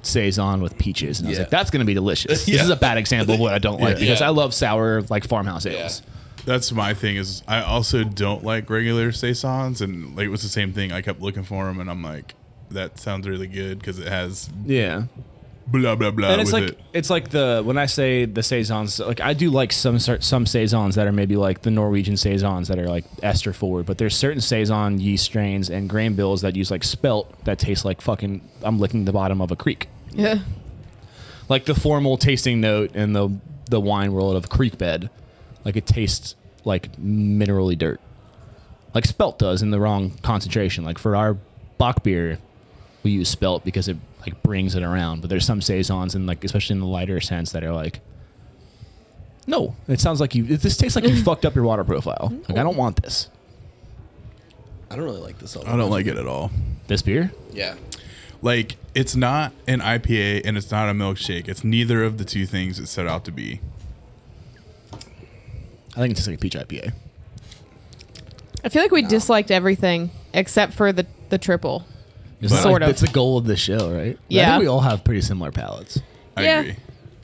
Speaker 2: saison with peaches, and I was
Speaker 4: Yeah.
Speaker 2: like, "That's going to be delicious."
Speaker 4: Yeah.
Speaker 2: This is a bad example of what I don't like
Speaker 4: Yeah.
Speaker 2: because
Speaker 4: Yeah.
Speaker 2: I love sour like farmhouse ales.
Speaker 1: That's my thing. Is I also don't like regular saisons, and like it was the same thing. I kept looking for them, and I'm like, that sounds really good because it has
Speaker 2: Yeah,
Speaker 1: blah blah blah.
Speaker 2: and it's
Speaker 1: with
Speaker 2: like
Speaker 1: it.
Speaker 2: it's like the when I say the saisons, like I do like some cer- some saisons that are maybe like the Norwegian saisons that are like ester forward, but there's certain saison yeast strains and grain bills that use like spelt that taste like fucking I'm licking the bottom of a creek.
Speaker 3: Yeah.
Speaker 2: like the formal tasting note in the the wine world of creek bed like it tastes like minerally dirt like spelt does in the wrong concentration like for our bock beer we use spelt because it like brings it around but there's some saisons and like especially in the lighter sense that are like no it sounds like you this tastes like you fucked up your water profile like i don't want this
Speaker 4: I don't really like this. All
Speaker 1: I don't like it at all.
Speaker 2: this beer
Speaker 4: Yeah.
Speaker 1: Like it's not an IPA and it's not a milkshake. It's neither of the two things it set out to be.
Speaker 2: i think it tastes like a peach ipa
Speaker 3: I feel like we disliked everything except for the the triple.
Speaker 2: it's
Speaker 3: But- Sort of.
Speaker 2: it's the goal of the show right i
Speaker 3: Yeah.
Speaker 2: think we all have pretty similar palates
Speaker 1: I
Speaker 3: Yeah.
Speaker 1: agree.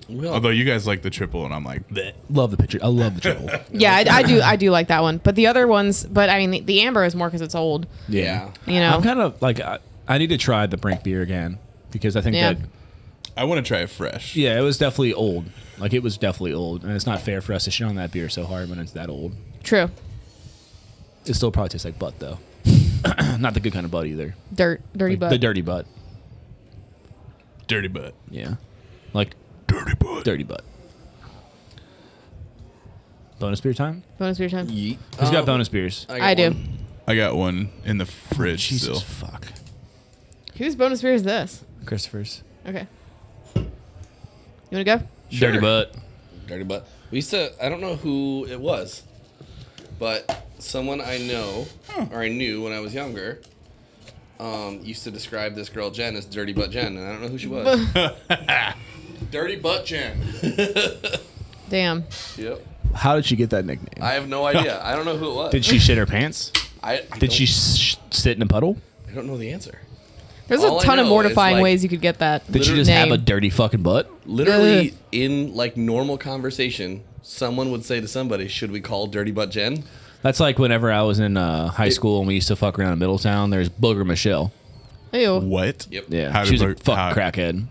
Speaker 4: Well,
Speaker 1: Although you guys like the triple, and I'm like,
Speaker 2: love the picture i love the triple
Speaker 3: Yeah, I, I do. I do like that one, but the other ones. But I mean, the, the amber is more because it's old.
Speaker 4: yeah.
Speaker 3: You know.
Speaker 2: I'm kind of like I, I need to try the Brink beer again because I think
Speaker 3: Yeah.
Speaker 2: that
Speaker 1: I want to try it fresh.
Speaker 2: yeah, it was definitely old. Like it was definitely old, and it's not fair for us to shit on that beer so hard when it's that old.
Speaker 3: True.
Speaker 2: It still probably tastes like butt though, not the good kind of butt either.
Speaker 3: Dirt. Dirty
Speaker 2: Like,
Speaker 3: butt.
Speaker 2: The dirty butt.
Speaker 1: Dirty butt.
Speaker 2: Yeah, like
Speaker 1: Dirty butt.
Speaker 2: dirty butt. Bonus beer time.
Speaker 3: Bonus beer time.
Speaker 4: Yeet.
Speaker 2: Who's
Speaker 4: Um,
Speaker 2: got bonus beers?
Speaker 4: I, got
Speaker 3: I do.
Speaker 4: one.
Speaker 1: I got one in the fridge
Speaker 2: Jesus
Speaker 1: still.
Speaker 2: fuck,
Speaker 3: Whose bonus beer is this?
Speaker 2: Christopher's
Speaker 3: Okay. You want to go?
Speaker 2: dirty butt.
Speaker 4: Dirty butt. We used to. I don't know who it was, but someone I know
Speaker 2: Hmm.
Speaker 4: or I knew when I was younger. Um, used to describe this girl Jen as Dirty Butt Jen, and I don't know who she was.
Speaker 8: Dirty butt jam.
Speaker 3: Damn.
Speaker 4: yep.
Speaker 2: How did she get that nickname?
Speaker 4: I have no idea. I don't know who it was.
Speaker 2: did she shit her pants?
Speaker 4: I, I
Speaker 2: Did
Speaker 4: don't-
Speaker 2: she sh- sit in a puddle?
Speaker 4: I don't know the answer.
Speaker 3: There's
Speaker 4: All
Speaker 3: a
Speaker 4: I
Speaker 3: ton of
Speaker 4: know is,
Speaker 3: mortifying
Speaker 4: like,
Speaker 3: ways you could get that.
Speaker 2: Did she just have a dirty fucking butt?
Speaker 4: Literally
Speaker 3: Ugh.
Speaker 4: in like normal conversation, someone would say to somebody, "Should we call Dirty Butt Jen?"
Speaker 2: That's like whenever I was in uh, high school and we used to fuck around in Middletown. There's Booger Michelle.
Speaker 3: Ew.
Speaker 1: What?
Speaker 4: Yep.
Speaker 2: Yeah,
Speaker 1: How
Speaker 2: she was
Speaker 1: did
Speaker 2: a
Speaker 1: Boog-
Speaker 2: fucking
Speaker 1: how-
Speaker 2: crackhead.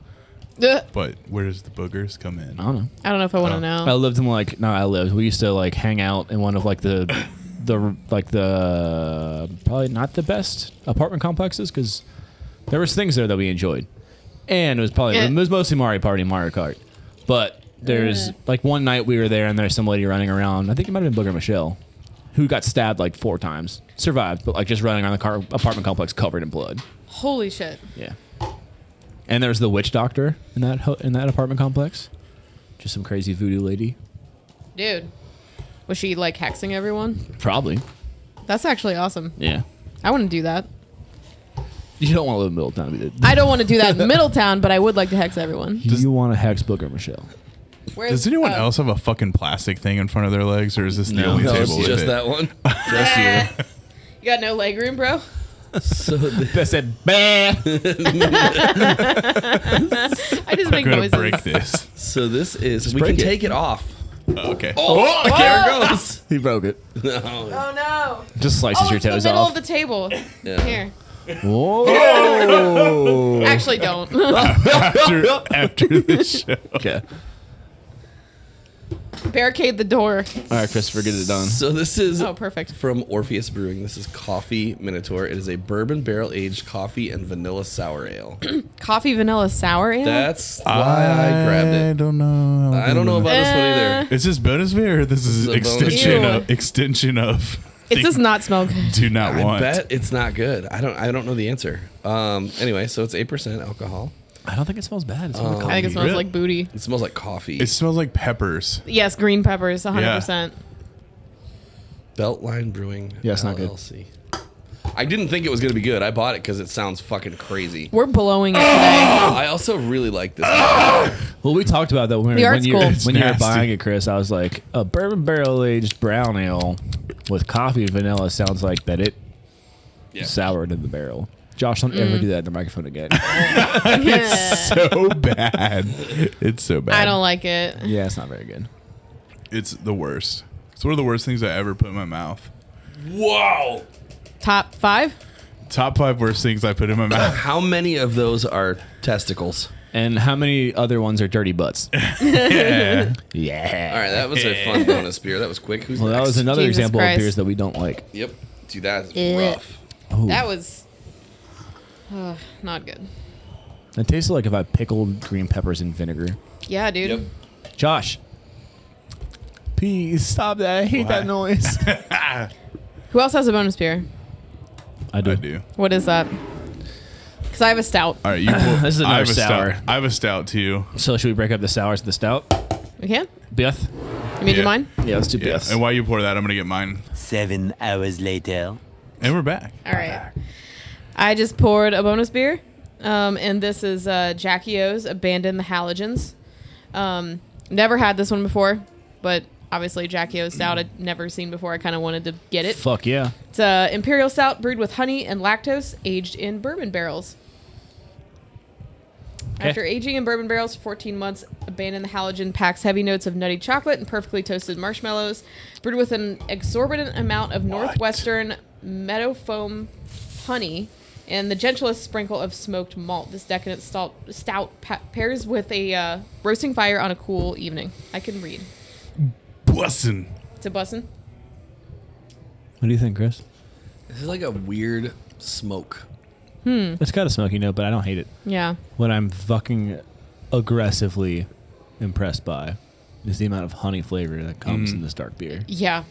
Speaker 3: Ugh.
Speaker 1: But where does the boogers come in?
Speaker 2: I don't know.
Speaker 3: I don't know if I want to
Speaker 2: I
Speaker 3: know.
Speaker 2: lived in like no, I lived. We used to like hang out in one of like the the like the probably not the best apartment complexes because there was things there that we enjoyed, and it was probably
Speaker 3: Yeah.
Speaker 2: it was mostly Mario Party, and Mario Kart, but. There's like one night we were there and there's some lady running around. I think it might have been Booger Michelle, who got stabbed like four times, survived, but like just running around the car- apartment complex covered in blood.
Speaker 3: Holy shit.
Speaker 2: Yeah. And there's the witch doctor in that ho- in that apartment complex. Just some crazy voodoo lady.
Speaker 3: Dude. Was she like hexing everyone?
Speaker 2: Probably.
Speaker 3: That's actually awesome.
Speaker 2: Yeah.
Speaker 3: I want to do that.
Speaker 2: You don't want to live in Middletown either.
Speaker 3: I don't want to do that in Middletown, but I would like to hex everyone.
Speaker 2: Do you want to hex Booger Michelle?
Speaker 3: Where's,
Speaker 1: Does anyone
Speaker 3: oh.
Speaker 1: else have a fucking plastic thing in front of their legs, or is this the only
Speaker 4: No,
Speaker 1: table?
Speaker 4: it's
Speaker 1: with
Speaker 4: just
Speaker 1: it?
Speaker 4: that one. Just you.
Speaker 3: You got no leg room, bro?
Speaker 4: So th-
Speaker 2: That said, bah!
Speaker 3: I just
Speaker 1: I'm
Speaker 3: make
Speaker 1: gonna
Speaker 3: noises.
Speaker 1: break this.
Speaker 4: so this is. we
Speaker 2: break
Speaker 4: can
Speaker 2: it.
Speaker 4: take it off.
Speaker 1: Okay.
Speaker 4: Oh, there it goes.
Speaker 2: he broke it.
Speaker 4: No.
Speaker 3: Oh no!
Speaker 2: Just slices
Speaker 3: Oh,
Speaker 2: your
Speaker 3: it's the
Speaker 2: toes
Speaker 3: middle
Speaker 2: off.
Speaker 3: of the table.
Speaker 4: Yeah.
Speaker 3: Here,
Speaker 2: Whoa!
Speaker 3: actually, don't.
Speaker 1: after, after the show.
Speaker 2: okay.
Speaker 3: Barricade the door.
Speaker 2: All right, Christopher, get it done.
Speaker 4: So this is
Speaker 3: Oh, perfect.
Speaker 4: from Orpheus Brewing. This is Coffee Minotaur. It is a bourbon barrel aged coffee and vanilla sour ale.
Speaker 3: Coffee vanilla sour ale.
Speaker 4: That's why I, grabbed
Speaker 1: I
Speaker 4: it.
Speaker 1: don't know.
Speaker 4: I don't know about this one either.
Speaker 1: Is this bonus beer? Or this is
Speaker 4: This is a bonus
Speaker 1: extension
Speaker 3: beer.
Speaker 1: of extension of.
Speaker 3: it does not smell good.
Speaker 1: Do not
Speaker 4: I
Speaker 1: want.
Speaker 4: bet it's not good. I don't. I don't know the answer. Um. Anyway, so it's eight percent alcohol.
Speaker 2: I don't think it smells bad. It's
Speaker 3: I think it smells
Speaker 1: Really?
Speaker 3: like booty.
Speaker 4: It smells like coffee.
Speaker 1: It smells like peppers.
Speaker 3: Yes, green peppers, 100%.
Speaker 4: Beltline Brewing.
Speaker 2: Yeah, it's not good.
Speaker 4: LLC. I didn't think it was gonna be good. I bought it because it sounds fucking crazy.
Speaker 3: We're blowing it today.
Speaker 4: I also really like this.
Speaker 2: well, we talked about that when we
Speaker 3: The
Speaker 2: were, when
Speaker 3: art's
Speaker 2: you,
Speaker 3: cool.
Speaker 2: when
Speaker 3: It's
Speaker 2: you were
Speaker 1: nasty.
Speaker 2: buying it, Chris. I was like, a bourbon barrel aged brown ale with coffee and vanilla sounds like that it
Speaker 4: Yeah.
Speaker 2: soured in the barrel. Josh, don't
Speaker 3: Mm.
Speaker 2: ever do that in the microphone again.
Speaker 1: Oh, So bad. It's so bad.
Speaker 3: I don't like it.
Speaker 2: yeah, it's not very good.
Speaker 1: It's the worst. It's one of the worst things I ever put in my mouth.
Speaker 4: Wow.
Speaker 3: Top five?
Speaker 1: Top five worst things I put in my mouth.
Speaker 4: How many of those are testicles?
Speaker 2: And how many other ones are dirty butts?
Speaker 1: yeah.
Speaker 2: yeah.
Speaker 4: All right, that was a fun bonus beer. That was quick. Who's
Speaker 2: Eh. Well, that
Speaker 4: next?
Speaker 2: was another
Speaker 3: Jesus
Speaker 2: example
Speaker 3: Christ.
Speaker 2: of beers that we don't like.
Speaker 4: Yep. Dude, that's
Speaker 3: Ew.
Speaker 4: rough.
Speaker 2: Ooh,
Speaker 3: That was ugh, not good.
Speaker 2: it tasted like if I pickled green peppers in vinegar.
Speaker 3: Yeah, dude.
Speaker 4: Yep.
Speaker 2: Josh, please stop that. I hate that noise.
Speaker 3: Who else has a bonus beer?
Speaker 2: I
Speaker 1: I
Speaker 2: do.
Speaker 1: do.
Speaker 3: What is that? Because I have a stout.
Speaker 1: All right, you. Pull,
Speaker 2: This is another
Speaker 1: I have a
Speaker 2: sour.
Speaker 1: Stout. I have a stout too.
Speaker 2: So should we break up the sours to the stout?
Speaker 3: We can?
Speaker 2: Biff?
Speaker 3: You mean
Speaker 1: Yeah.
Speaker 3: your mine?
Speaker 2: Yeah, let's do
Speaker 1: Yeah.
Speaker 2: Biffs.
Speaker 1: And while you pour that, I'm gonna get mine.
Speaker 9: Seven hours later.
Speaker 1: And we're back.
Speaker 3: All right. I just poured a bonus beer, um, and this is uh, Jackie O's Abandon the Halogens. Um, never had this one before, but obviously Jackie O's stout I'd never seen before. I kind of wanted to get it.
Speaker 2: Fuck yeah.
Speaker 3: It's a imperial stout brewed with honey and lactose, aged in bourbon barrels. After aging in bourbon barrels for 14 months, Abandon the Halogen packs heavy notes of nutty chocolate and perfectly toasted marshmallows, brewed with an exorbitant amount of northwestern meadow foam honey and the gentlest sprinkle of smoked malt. This decadent stout, stout pa- pairs with a uh, roasting fire on a cool evening. I can read.
Speaker 1: Bussin.
Speaker 3: It's a bussin'.
Speaker 2: What do you think, Chris?
Speaker 4: This is like a weird smoke.
Speaker 2: It's got a smoky note, but I don't hate it.
Speaker 3: Yeah.
Speaker 2: What I'm fucking aggressively impressed by is the amount of honey flavor that
Speaker 1: Mm.
Speaker 2: comes in this dark beer.
Speaker 3: Yeah.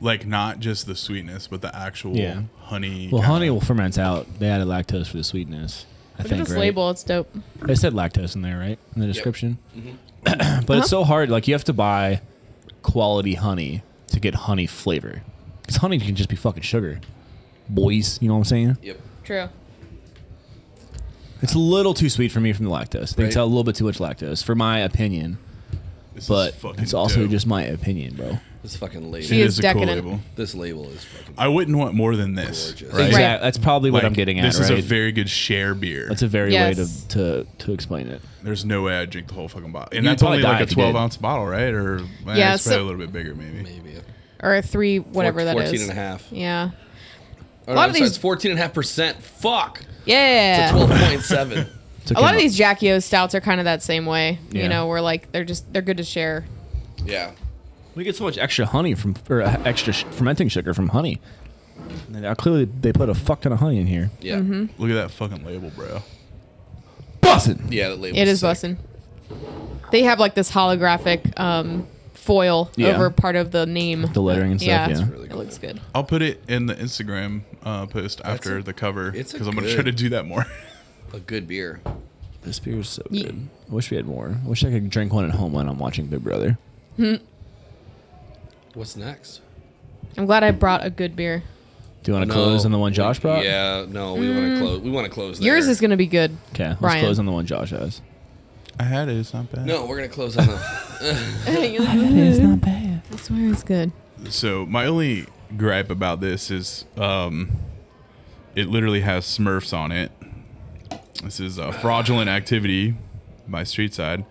Speaker 1: Like not just the sweetness, but the actual
Speaker 2: Yeah.
Speaker 1: honey.
Speaker 2: Well,
Speaker 1: kinda-
Speaker 2: honey will ferment out. They added lactose for the sweetness. I
Speaker 3: Look
Speaker 2: think
Speaker 3: at this
Speaker 2: right?
Speaker 3: label. It's dope.
Speaker 2: They said lactose in there, right? In the description.
Speaker 1: Mm-hmm.
Speaker 2: but
Speaker 3: Uh-huh.
Speaker 2: it's so hard. Like you have to buy quality honey to get honey flavor. Because honey can just be fucking sugar, boys. You know what I'm saying?
Speaker 4: Yep.
Speaker 3: True.
Speaker 2: It's a little too sweet for me from the lactose. I think it's
Speaker 4: Right.
Speaker 2: a little bit too much lactose for my opinion.
Speaker 1: This is
Speaker 2: But
Speaker 1: fucking
Speaker 2: it's also
Speaker 1: dope.
Speaker 2: just my opinion, bro.
Speaker 4: This fucking
Speaker 1: It
Speaker 4: label.
Speaker 3: She is
Speaker 1: is a cool
Speaker 3: decadent.
Speaker 1: label.
Speaker 4: This label is fucking.
Speaker 1: I wouldn't want more than this.
Speaker 4: Gorgeous.
Speaker 1: Right.
Speaker 3: Right.
Speaker 2: Exactly. That's probably what
Speaker 1: Like,
Speaker 2: I'm getting at.
Speaker 1: This
Speaker 2: right?
Speaker 1: is a very good share beer.
Speaker 2: That's a very way
Speaker 3: Yes.
Speaker 2: to, to to explain it.
Speaker 1: There's no way I'd drink the whole fucking bottle. And
Speaker 2: You'd
Speaker 1: that's only
Speaker 2: probably die
Speaker 1: like a
Speaker 2: if you did.
Speaker 1: 12 ounce bottle, right? Or eh,
Speaker 3: Yeah,
Speaker 1: it's
Speaker 3: so-
Speaker 1: probably a little bit bigger, maybe.
Speaker 4: Maybe.
Speaker 3: or three whatever that is.
Speaker 4: 14 and a half.
Speaker 3: Yeah.
Speaker 4: Oh,
Speaker 3: A
Speaker 4: no,
Speaker 3: lot
Speaker 4: I'm
Speaker 3: of
Speaker 4: sorry,
Speaker 3: these-
Speaker 4: it's 14 and a half percent. Fuck.
Speaker 3: Yeah.
Speaker 4: It's a 12.7.
Speaker 2: It's okay,
Speaker 3: a lot of
Speaker 2: Mom.
Speaker 3: these Jackie O stouts are kind of that same way.
Speaker 2: Yeah.
Speaker 3: You know, where like they're just they're good to share.
Speaker 4: yeah.
Speaker 2: We get so much extra honey from or uh, extra sh- fermenting sugar from honey. And, uh, clearly, they put a fuck ton of honey in here.
Speaker 4: Yeah.
Speaker 3: Mm-hmm.
Speaker 1: Look at that fucking label, bro.
Speaker 2: Bussin'.
Speaker 4: Yeah, that label.
Speaker 3: It is bussin'. They have like this holographic um, foil
Speaker 2: Yeah.
Speaker 3: over part of the name.
Speaker 2: The lettering and stuff, yeah.
Speaker 3: it's-
Speaker 2: That's
Speaker 4: really
Speaker 3: it looks good.
Speaker 1: I'll put it in the Instagram uh, post after
Speaker 4: a-
Speaker 1: the cover
Speaker 4: it's a
Speaker 1: because I'm going to
Speaker 4: good-
Speaker 1: try to do that more.
Speaker 4: A good beer.
Speaker 2: This beer is so
Speaker 3: Ye-
Speaker 2: good. I wish we had more. I wish I could drink one at home when I'm watching Big Brother.
Speaker 4: What's next?
Speaker 3: I'm glad I brought a good beer.
Speaker 2: Do you want to close on the one Josh brought?
Speaker 4: Yeah, no, we want to close. We want to close.
Speaker 3: Mm. Yours
Speaker 4: there.
Speaker 3: is gonna be good.
Speaker 2: Okay, let's
Speaker 3: Brian.
Speaker 2: close on the one Josh has.
Speaker 1: I had it. It's not bad.
Speaker 4: No, we're gonna close on the.
Speaker 3: it's not bad. I swear it's good.
Speaker 1: So my only gripe about this is um, it literally has Smurfs on it. This is uh, fraudulent activity by Streetside.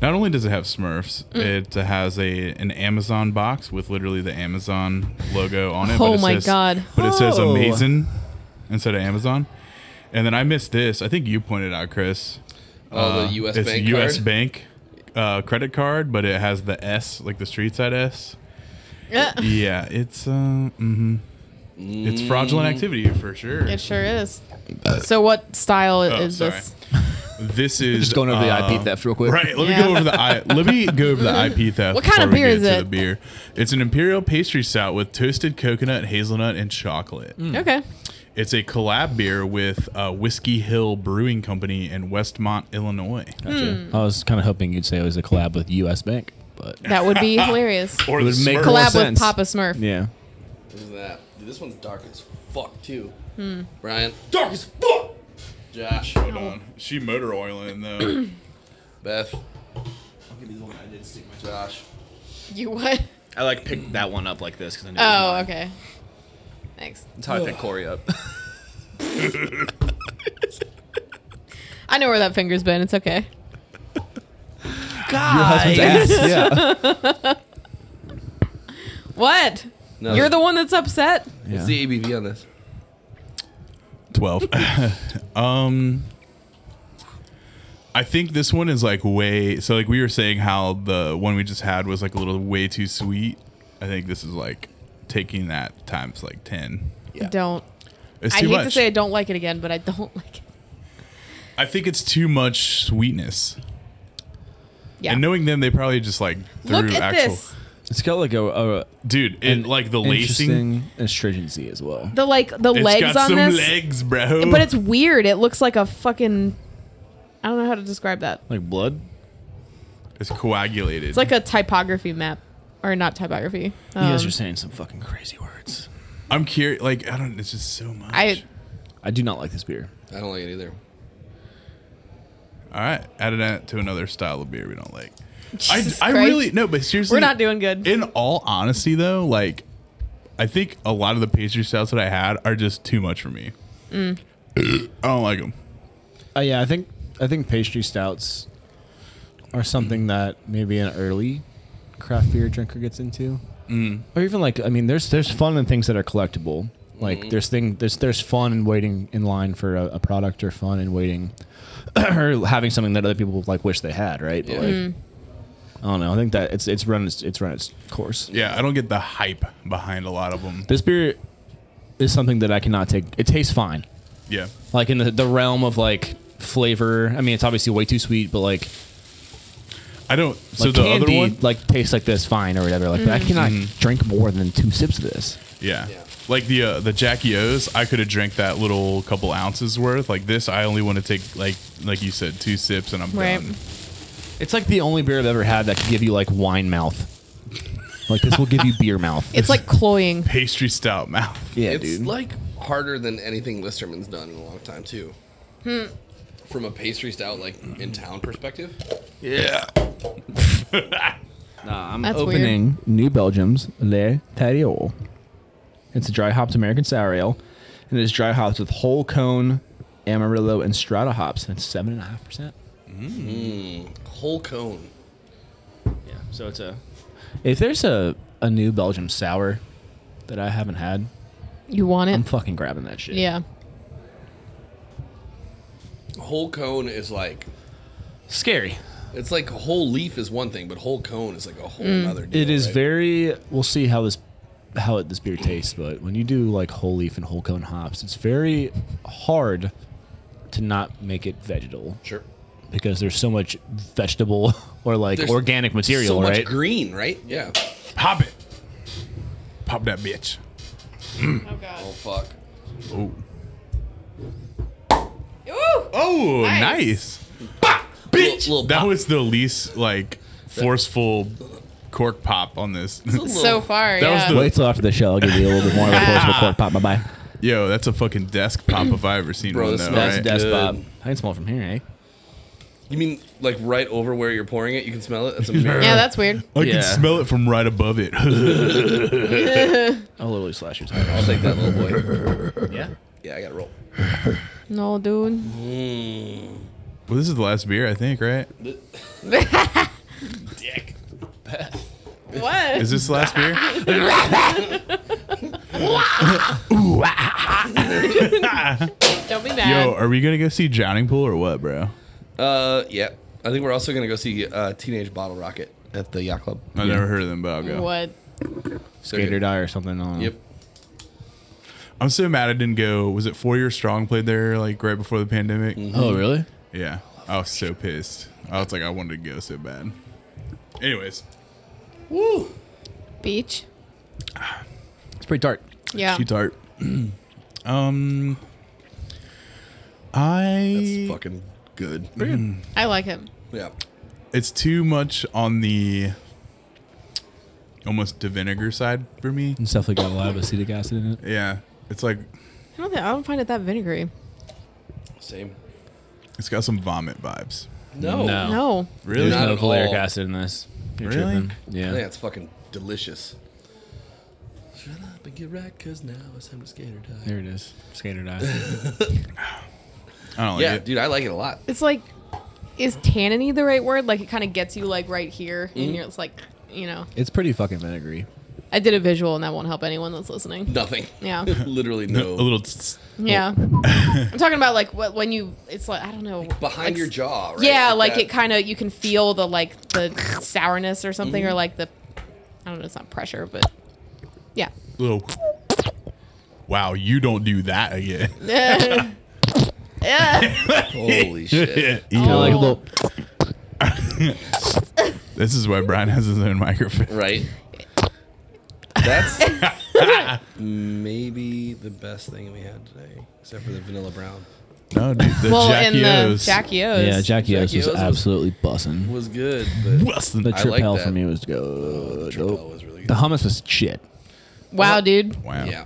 Speaker 1: Not only does it have Smurfs,
Speaker 3: Mm.
Speaker 1: it has a an Amazon box with literally the Amazon logo on it. but
Speaker 3: Oh
Speaker 1: it
Speaker 3: my
Speaker 1: says-
Speaker 3: God.
Speaker 1: But it says
Speaker 2: Oh.
Speaker 1: amazing instead of Amazon. And then I missed this. I think you pointed out, Chris.
Speaker 4: Oh, the U.S.
Speaker 1: it's
Speaker 4: Bank
Speaker 1: U.S.
Speaker 4: card?
Speaker 1: Bank. uh, credit card, but it has the S, like the street side S. yeah, it's uh, mm-hmm. it's
Speaker 11: Mm.
Speaker 1: fraudulent activity for sure.
Speaker 3: It sure is. So what style
Speaker 1: Oh,
Speaker 3: is
Speaker 1: sorry.
Speaker 3: this?
Speaker 1: This is
Speaker 11: Just going over the
Speaker 1: uh,
Speaker 11: IP theft real quick.
Speaker 1: Right. Let me
Speaker 3: Yeah.
Speaker 1: go over the I, let me go over the IP theft.
Speaker 3: What kind of
Speaker 1: before we
Speaker 3: beer
Speaker 1: get
Speaker 3: is
Speaker 1: to
Speaker 3: it?
Speaker 1: The beer. It's an imperial pastry stout with toasted coconut, hazelnut, and chocolate.
Speaker 11: Mm.
Speaker 3: Okay.
Speaker 1: It's a collab beer with uh, Whiskey Hill Brewing Company in Westmont, Illinois,
Speaker 3: Hmm.
Speaker 2: I was kind of hoping you'd say it was a collab with U.S. Bank, but
Speaker 3: That would be hilarious.
Speaker 1: or
Speaker 2: It would
Speaker 1: the
Speaker 2: make
Speaker 1: Smurfs.
Speaker 2: more
Speaker 3: Collab with
Speaker 2: sense.
Speaker 3: Papa Smurf.
Speaker 2: yeah,
Speaker 4: Look at that. Dude, this one's dark as fuck too.
Speaker 3: Hmm.
Speaker 4: Brian, dark as fuck. Josh,
Speaker 1: Hold on. She motor oiling though.
Speaker 4: Beth. Josh.
Speaker 3: You what?
Speaker 11: I like picked that one up like this because I knew. it was
Speaker 3: Oh,
Speaker 11: mine.
Speaker 3: okay. Thanks.
Speaker 11: That's how I picked Corey up.
Speaker 3: I know where that finger's been. It's okay.
Speaker 11: Your husband's ass. Yeah.
Speaker 3: What?
Speaker 4: No,
Speaker 3: You're the one that's upset?
Speaker 4: What's the ABV on this?
Speaker 1: Twelve. um, I think this one is like way. So like we were saying how the one we just had was like a little way too sweet. I think this is like taking that times like ten.
Speaker 3: I don't.
Speaker 1: It's
Speaker 3: I
Speaker 1: too
Speaker 3: hate
Speaker 1: much.
Speaker 3: to say I don't like it again, but I don't like it.
Speaker 1: I think it's too much sweetness.
Speaker 3: Yeah.
Speaker 1: And knowing them, they probably just like threw
Speaker 3: Look at
Speaker 1: actual.
Speaker 3: this.
Speaker 2: it's got like a, a
Speaker 1: Dude, it, like the lacing.
Speaker 2: interesting astringency as well.
Speaker 3: The like the
Speaker 1: It's
Speaker 3: legs
Speaker 1: got
Speaker 3: on
Speaker 1: some
Speaker 3: this.
Speaker 1: legs, bro.
Speaker 3: But it's weird. It looks like a fucking I don't know how to describe that.
Speaker 2: Like blood.
Speaker 1: it's coagulated.
Speaker 3: It's like a typography map. Or not typography.
Speaker 2: you guys
Speaker 3: Um,
Speaker 2: are saying some fucking crazy words.
Speaker 1: I'm curious. Like I don't. It's just so much.
Speaker 3: I
Speaker 2: I do not like this beer.
Speaker 4: I don't like it either.
Speaker 1: All right, added that to another style of beer we don't like.
Speaker 3: Jesus
Speaker 1: I, I
Speaker 3: Christ.
Speaker 1: really no, but seriously,
Speaker 3: We're not doing good.
Speaker 1: In all honesty, though, like I think a lot of the pastry styles that I had are just too much for me.
Speaker 3: Mm.
Speaker 1: I don't like them.
Speaker 2: Uh, yeah, I think I think pastry stouts are something that maybe an early craft beer drinker gets into, mm. or even like I mean, there's there's fun and things that are collectible. Like there's thing there's there's fun in waiting in line for a, a product, or fun in waiting or having something that other people like wish they had, right? But like, I don't know. I think that it's it's run its, it's run its course.
Speaker 1: Yeah, I don't get the hype behind a lot of them.
Speaker 2: This beer is something that I cannot take. It tastes fine.
Speaker 1: Yeah,
Speaker 2: like in the, the realm of like flavor. I mean, it's obviously way too sweet, but like,
Speaker 1: I don't. So
Speaker 2: like
Speaker 1: the
Speaker 2: candy,
Speaker 1: other one,
Speaker 2: like tastes like this fine or whatever. Like, but I cannot drink more than two sips of this.
Speaker 1: yeah,
Speaker 4: Yeah.
Speaker 1: like the uh, the Jackie O's, I could have drank that little couple ounces worth. Like this, I only want to take like like you said, two sips and I'm
Speaker 3: Right.
Speaker 1: done.
Speaker 2: It's like the only beer I've ever had that could give you like wine mouth. Like this will give you beer mouth.
Speaker 3: it's like cloying.
Speaker 1: Pastry stout mouth.
Speaker 2: yeah,
Speaker 4: it's
Speaker 2: dude.
Speaker 4: like harder than anything Listerman's done in a long time too.
Speaker 3: Hmm.
Speaker 4: From a pastry stout, like in town perspective,
Speaker 2: Nah, I'm
Speaker 3: That's
Speaker 2: opening New Belgium's Le Tadiol. It's a dry hopped American sour ale, and it is dry hopped with whole cone, amarillo, and strata hops, and it's seven and a half percent.
Speaker 4: whole cone.
Speaker 2: Yeah, so it's a. If there's a, a new Belgium sour that I haven't had,
Speaker 3: You want
Speaker 2: I'm
Speaker 3: it?
Speaker 2: fucking grabbing that shit.
Speaker 3: Yeah.
Speaker 4: Whole cone is like
Speaker 2: Scary.
Speaker 4: it's like a whole leaf is one thing, but whole cone is like a whole
Speaker 3: Hmm.
Speaker 4: other. Deal,
Speaker 2: It is
Speaker 4: right?
Speaker 2: very. We'll see how this how it, this beer tastes, but when you do like whole leaf and whole cone hops, it's very hard to not make it vegetal
Speaker 4: sure.
Speaker 2: because there's so much vegetable or like
Speaker 4: There's
Speaker 2: organic material,
Speaker 4: so
Speaker 2: right?
Speaker 4: much green, right? Yeah.
Speaker 1: Pop it. Pop that bitch.
Speaker 3: Oh god.
Speaker 4: Oh fuck.
Speaker 1: Oh.
Speaker 3: Ooh!
Speaker 1: Oh,
Speaker 3: Nice.
Speaker 1: nice.
Speaker 4: Bitch. Little, little
Speaker 1: That
Speaker 4: pop.
Speaker 1: was the least like forceful cork pop on this.
Speaker 4: Little-
Speaker 3: So far,
Speaker 1: That was
Speaker 3: yeah.
Speaker 1: the-
Speaker 2: Wait till after the show. I'll give you a little bit more of a forceful
Speaker 4: Ah.
Speaker 2: cork pop. Bye bye.
Speaker 1: Yo, that's a fucking desk pop if I ever seen
Speaker 4: Bro,
Speaker 1: one.
Speaker 4: this
Speaker 1: Though,
Speaker 4: smells
Speaker 1: right?
Speaker 4: dead.
Speaker 2: That's
Speaker 4: Good.
Speaker 2: Bob. I can smell from here, eh?
Speaker 4: You mean like right over where you're pouring it? You can smell it. That's amazing.
Speaker 3: yeah, that's weird.
Speaker 1: I can
Speaker 2: Yeah.
Speaker 1: smell it from right above it.
Speaker 2: I'll literally slash your
Speaker 4: I'll take that little boy.
Speaker 2: Yeah.
Speaker 4: Yeah, I gotta roll.
Speaker 3: No, dude.
Speaker 1: well, this is the last beer, I think, right?
Speaker 4: Dick.
Speaker 3: What?
Speaker 1: Is this the last beer?
Speaker 3: Don't be
Speaker 1: Yo,
Speaker 3: mad.
Speaker 1: are we gonna go see Drowning Pool or what, bro?
Speaker 4: Uh, yeah. I think we're also gonna go see uh, Teenage Bottle Rocket at the yacht club.
Speaker 1: I've never heard of them, but I'll go.
Speaker 3: What?
Speaker 2: Skater Die or something. I don't know.
Speaker 4: Yep.
Speaker 1: I'm so mad I didn't go. Was it Four Year Strong played there like right before the pandemic?
Speaker 4: Mm-hmm.
Speaker 2: Oh, really?
Speaker 1: Yeah. I was so pissed. I was like, I wanted to go so bad. Anyways,
Speaker 4: Woo!
Speaker 3: Beach.
Speaker 2: It's pretty dark.
Speaker 3: Yeah.
Speaker 1: she's tart. um, I.
Speaker 4: That's fucking good. Mm-hmm.
Speaker 3: I like him.
Speaker 4: Yeah.
Speaker 1: It's too much on the almost to vinegar side for me.
Speaker 2: It's definitely got a lot of acetic acid in it.
Speaker 1: Yeah, it's like
Speaker 3: I don't think I don't find it that vinegary.
Speaker 4: Same.
Speaker 1: it's got some vomit vibes.
Speaker 4: Oh, No.
Speaker 2: No.
Speaker 3: No.
Speaker 1: Really?
Speaker 4: Not
Speaker 2: There's no
Speaker 4: at
Speaker 2: valeric
Speaker 4: all.
Speaker 2: acid in this. You're
Speaker 1: Really?
Speaker 2: tripping. Yeah.
Speaker 4: Yeah, it's fucking delicious. Shut up and get right, cause now it's time to skater die.
Speaker 2: There it is. Skater Die.
Speaker 1: I don't like
Speaker 4: Oh, Yeah,
Speaker 1: it.
Speaker 4: dude, I like it a lot.
Speaker 3: It's like, is tanniny the right word? Like it kind of gets you like right here, and you're it's like, you know.
Speaker 2: it's pretty fucking vinegary.
Speaker 3: I did a visual, and that won't help anyone that's listening.
Speaker 4: Nothing.
Speaker 3: Yeah.
Speaker 4: Literally no.
Speaker 1: A little. tss-
Speaker 3: Yeah. I'm talking about like what when you it's like I don't know
Speaker 4: behind
Speaker 3: like,
Speaker 4: your jaw. Right?
Speaker 3: Yeah, like it
Speaker 4: that.
Speaker 3: kind of you can feel the like the sourness or something
Speaker 1: Mm-hmm.
Speaker 3: or like the I don't know, it's not pressure, but yeah.
Speaker 1: little. Wow, you don't do that again.
Speaker 3: yeah.
Speaker 4: Holy shit.
Speaker 3: Oh.
Speaker 2: like a little.
Speaker 1: This is why Brian has his own microphone.
Speaker 4: right. That's maybe the best thing we had today, except for the vanilla brown.
Speaker 1: No, dude, the
Speaker 3: well, in
Speaker 1: Jackie
Speaker 3: the
Speaker 1: O's.
Speaker 3: Jackie O's.
Speaker 2: Yeah, Jackie O's
Speaker 4: Jackie
Speaker 2: was
Speaker 4: O's was-
Speaker 2: absolutely bussing.
Speaker 4: Was good, but
Speaker 1: Weston.
Speaker 2: The
Speaker 4: I
Speaker 2: trip
Speaker 4: like
Speaker 2: hell
Speaker 4: that.
Speaker 2: for me was good.
Speaker 4: Triple
Speaker 2: Nope.
Speaker 4: was really
Speaker 2: The
Speaker 4: good.
Speaker 2: hummus was shit.
Speaker 3: Wow, dude.
Speaker 1: Wow.
Speaker 4: Yeah.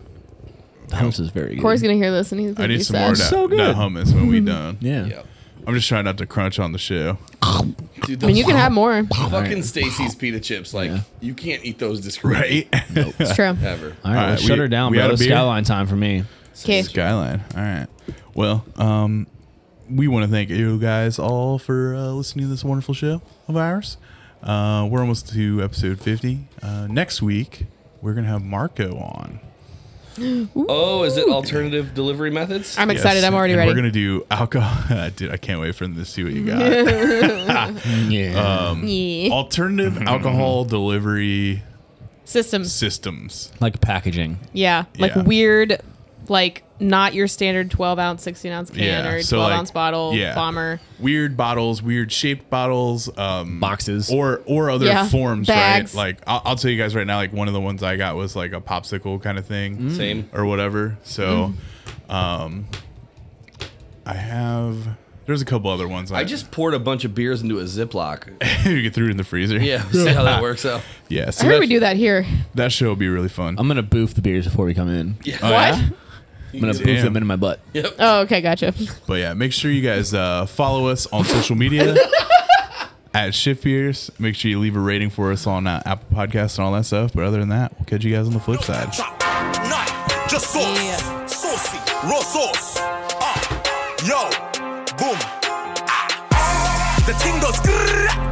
Speaker 2: The hummus is very good.
Speaker 3: Corey's gonna hear this and he's gonna
Speaker 1: I
Speaker 3: be
Speaker 1: need some
Speaker 3: sad.
Speaker 1: more of
Speaker 2: It's
Speaker 1: that,
Speaker 2: so good.
Speaker 1: that hummus when we done.
Speaker 2: Yeah.
Speaker 4: Yep.
Speaker 1: I'm just trying not to crunch on the show.
Speaker 4: Dude,
Speaker 3: I mean, you can have more.
Speaker 4: fucking Stacy's pita chips. Like, you can't eat those discreetly
Speaker 1: Right? Nope.
Speaker 3: It's true.
Speaker 4: ever.
Speaker 2: All right,
Speaker 1: All right,
Speaker 2: let's shut
Speaker 1: we-
Speaker 2: her down,
Speaker 1: we
Speaker 2: bro.
Speaker 1: out of beer?
Speaker 2: Skyline time for me.
Speaker 3: Okay.
Speaker 1: Skyline. All right. Well, um, we want to thank you guys all for uh, listening to this wonderful show of ours. Uh, we're almost to episode 50. Uh, next week, we're going to have Marco on.
Speaker 4: Oh, is it alternative delivery methods?
Speaker 3: I'm excited.
Speaker 1: Yes,
Speaker 3: I'm already
Speaker 1: and
Speaker 3: ready.
Speaker 1: We're going to do alcohol. Dude, I can't wait for them to see what you got.
Speaker 2: Yeah.
Speaker 3: yeah.
Speaker 1: Alternative alcohol delivery
Speaker 3: Systems.
Speaker 1: systems.
Speaker 2: like packaging.
Speaker 3: Yeah. Like
Speaker 1: Yeah.
Speaker 3: weird, like not your standard 12 ounce, 16 ounce can
Speaker 1: Yeah,
Speaker 3: or 12
Speaker 1: so, like,
Speaker 3: ounce bottle
Speaker 1: yeah.
Speaker 3: bomber.
Speaker 1: weird bottles, weird shaped bottles, um,
Speaker 2: Boxes.
Speaker 1: or or other
Speaker 3: Yeah.
Speaker 1: forms,
Speaker 3: Bags.
Speaker 1: right? Like I'll, I'll tell you guys right now, like one of the ones I got was like a popsicle kind of thing,
Speaker 4: Same.
Speaker 1: or whatever. So,
Speaker 4: Mm.
Speaker 1: um, I have there's a couple other ones.
Speaker 4: I just poured a bunch of beers into a Ziploc.
Speaker 1: you get through it in the freezer.
Speaker 4: Yeah, see how that works out.
Speaker 1: yeah.
Speaker 3: I
Speaker 1: So
Speaker 3: heard
Speaker 1: that,
Speaker 3: we do that here.
Speaker 1: that show will be really fun.
Speaker 4: Um,
Speaker 2: I'm gonna boof the beers before we come
Speaker 1: Oh,
Speaker 2: in.
Speaker 3: what?
Speaker 1: yeah?
Speaker 2: I'm gonna boof
Speaker 1: Damn.
Speaker 2: them into my butt.
Speaker 4: Yep.
Speaker 3: Oh, okay. Gotcha.
Speaker 1: But yeah, make sure you guys uh, follow us on social media at Shift Beers. Make sure you leave a rating for us on uh, Apple Podcasts and all that stuff. But other than that, we'll catch you guys on the flip side.
Speaker 8: Night, just sauce.
Speaker 3: Yeah.
Speaker 8: Saucy, raw sauce. Uh, yo, boom. Ah. The thing goes grrrr.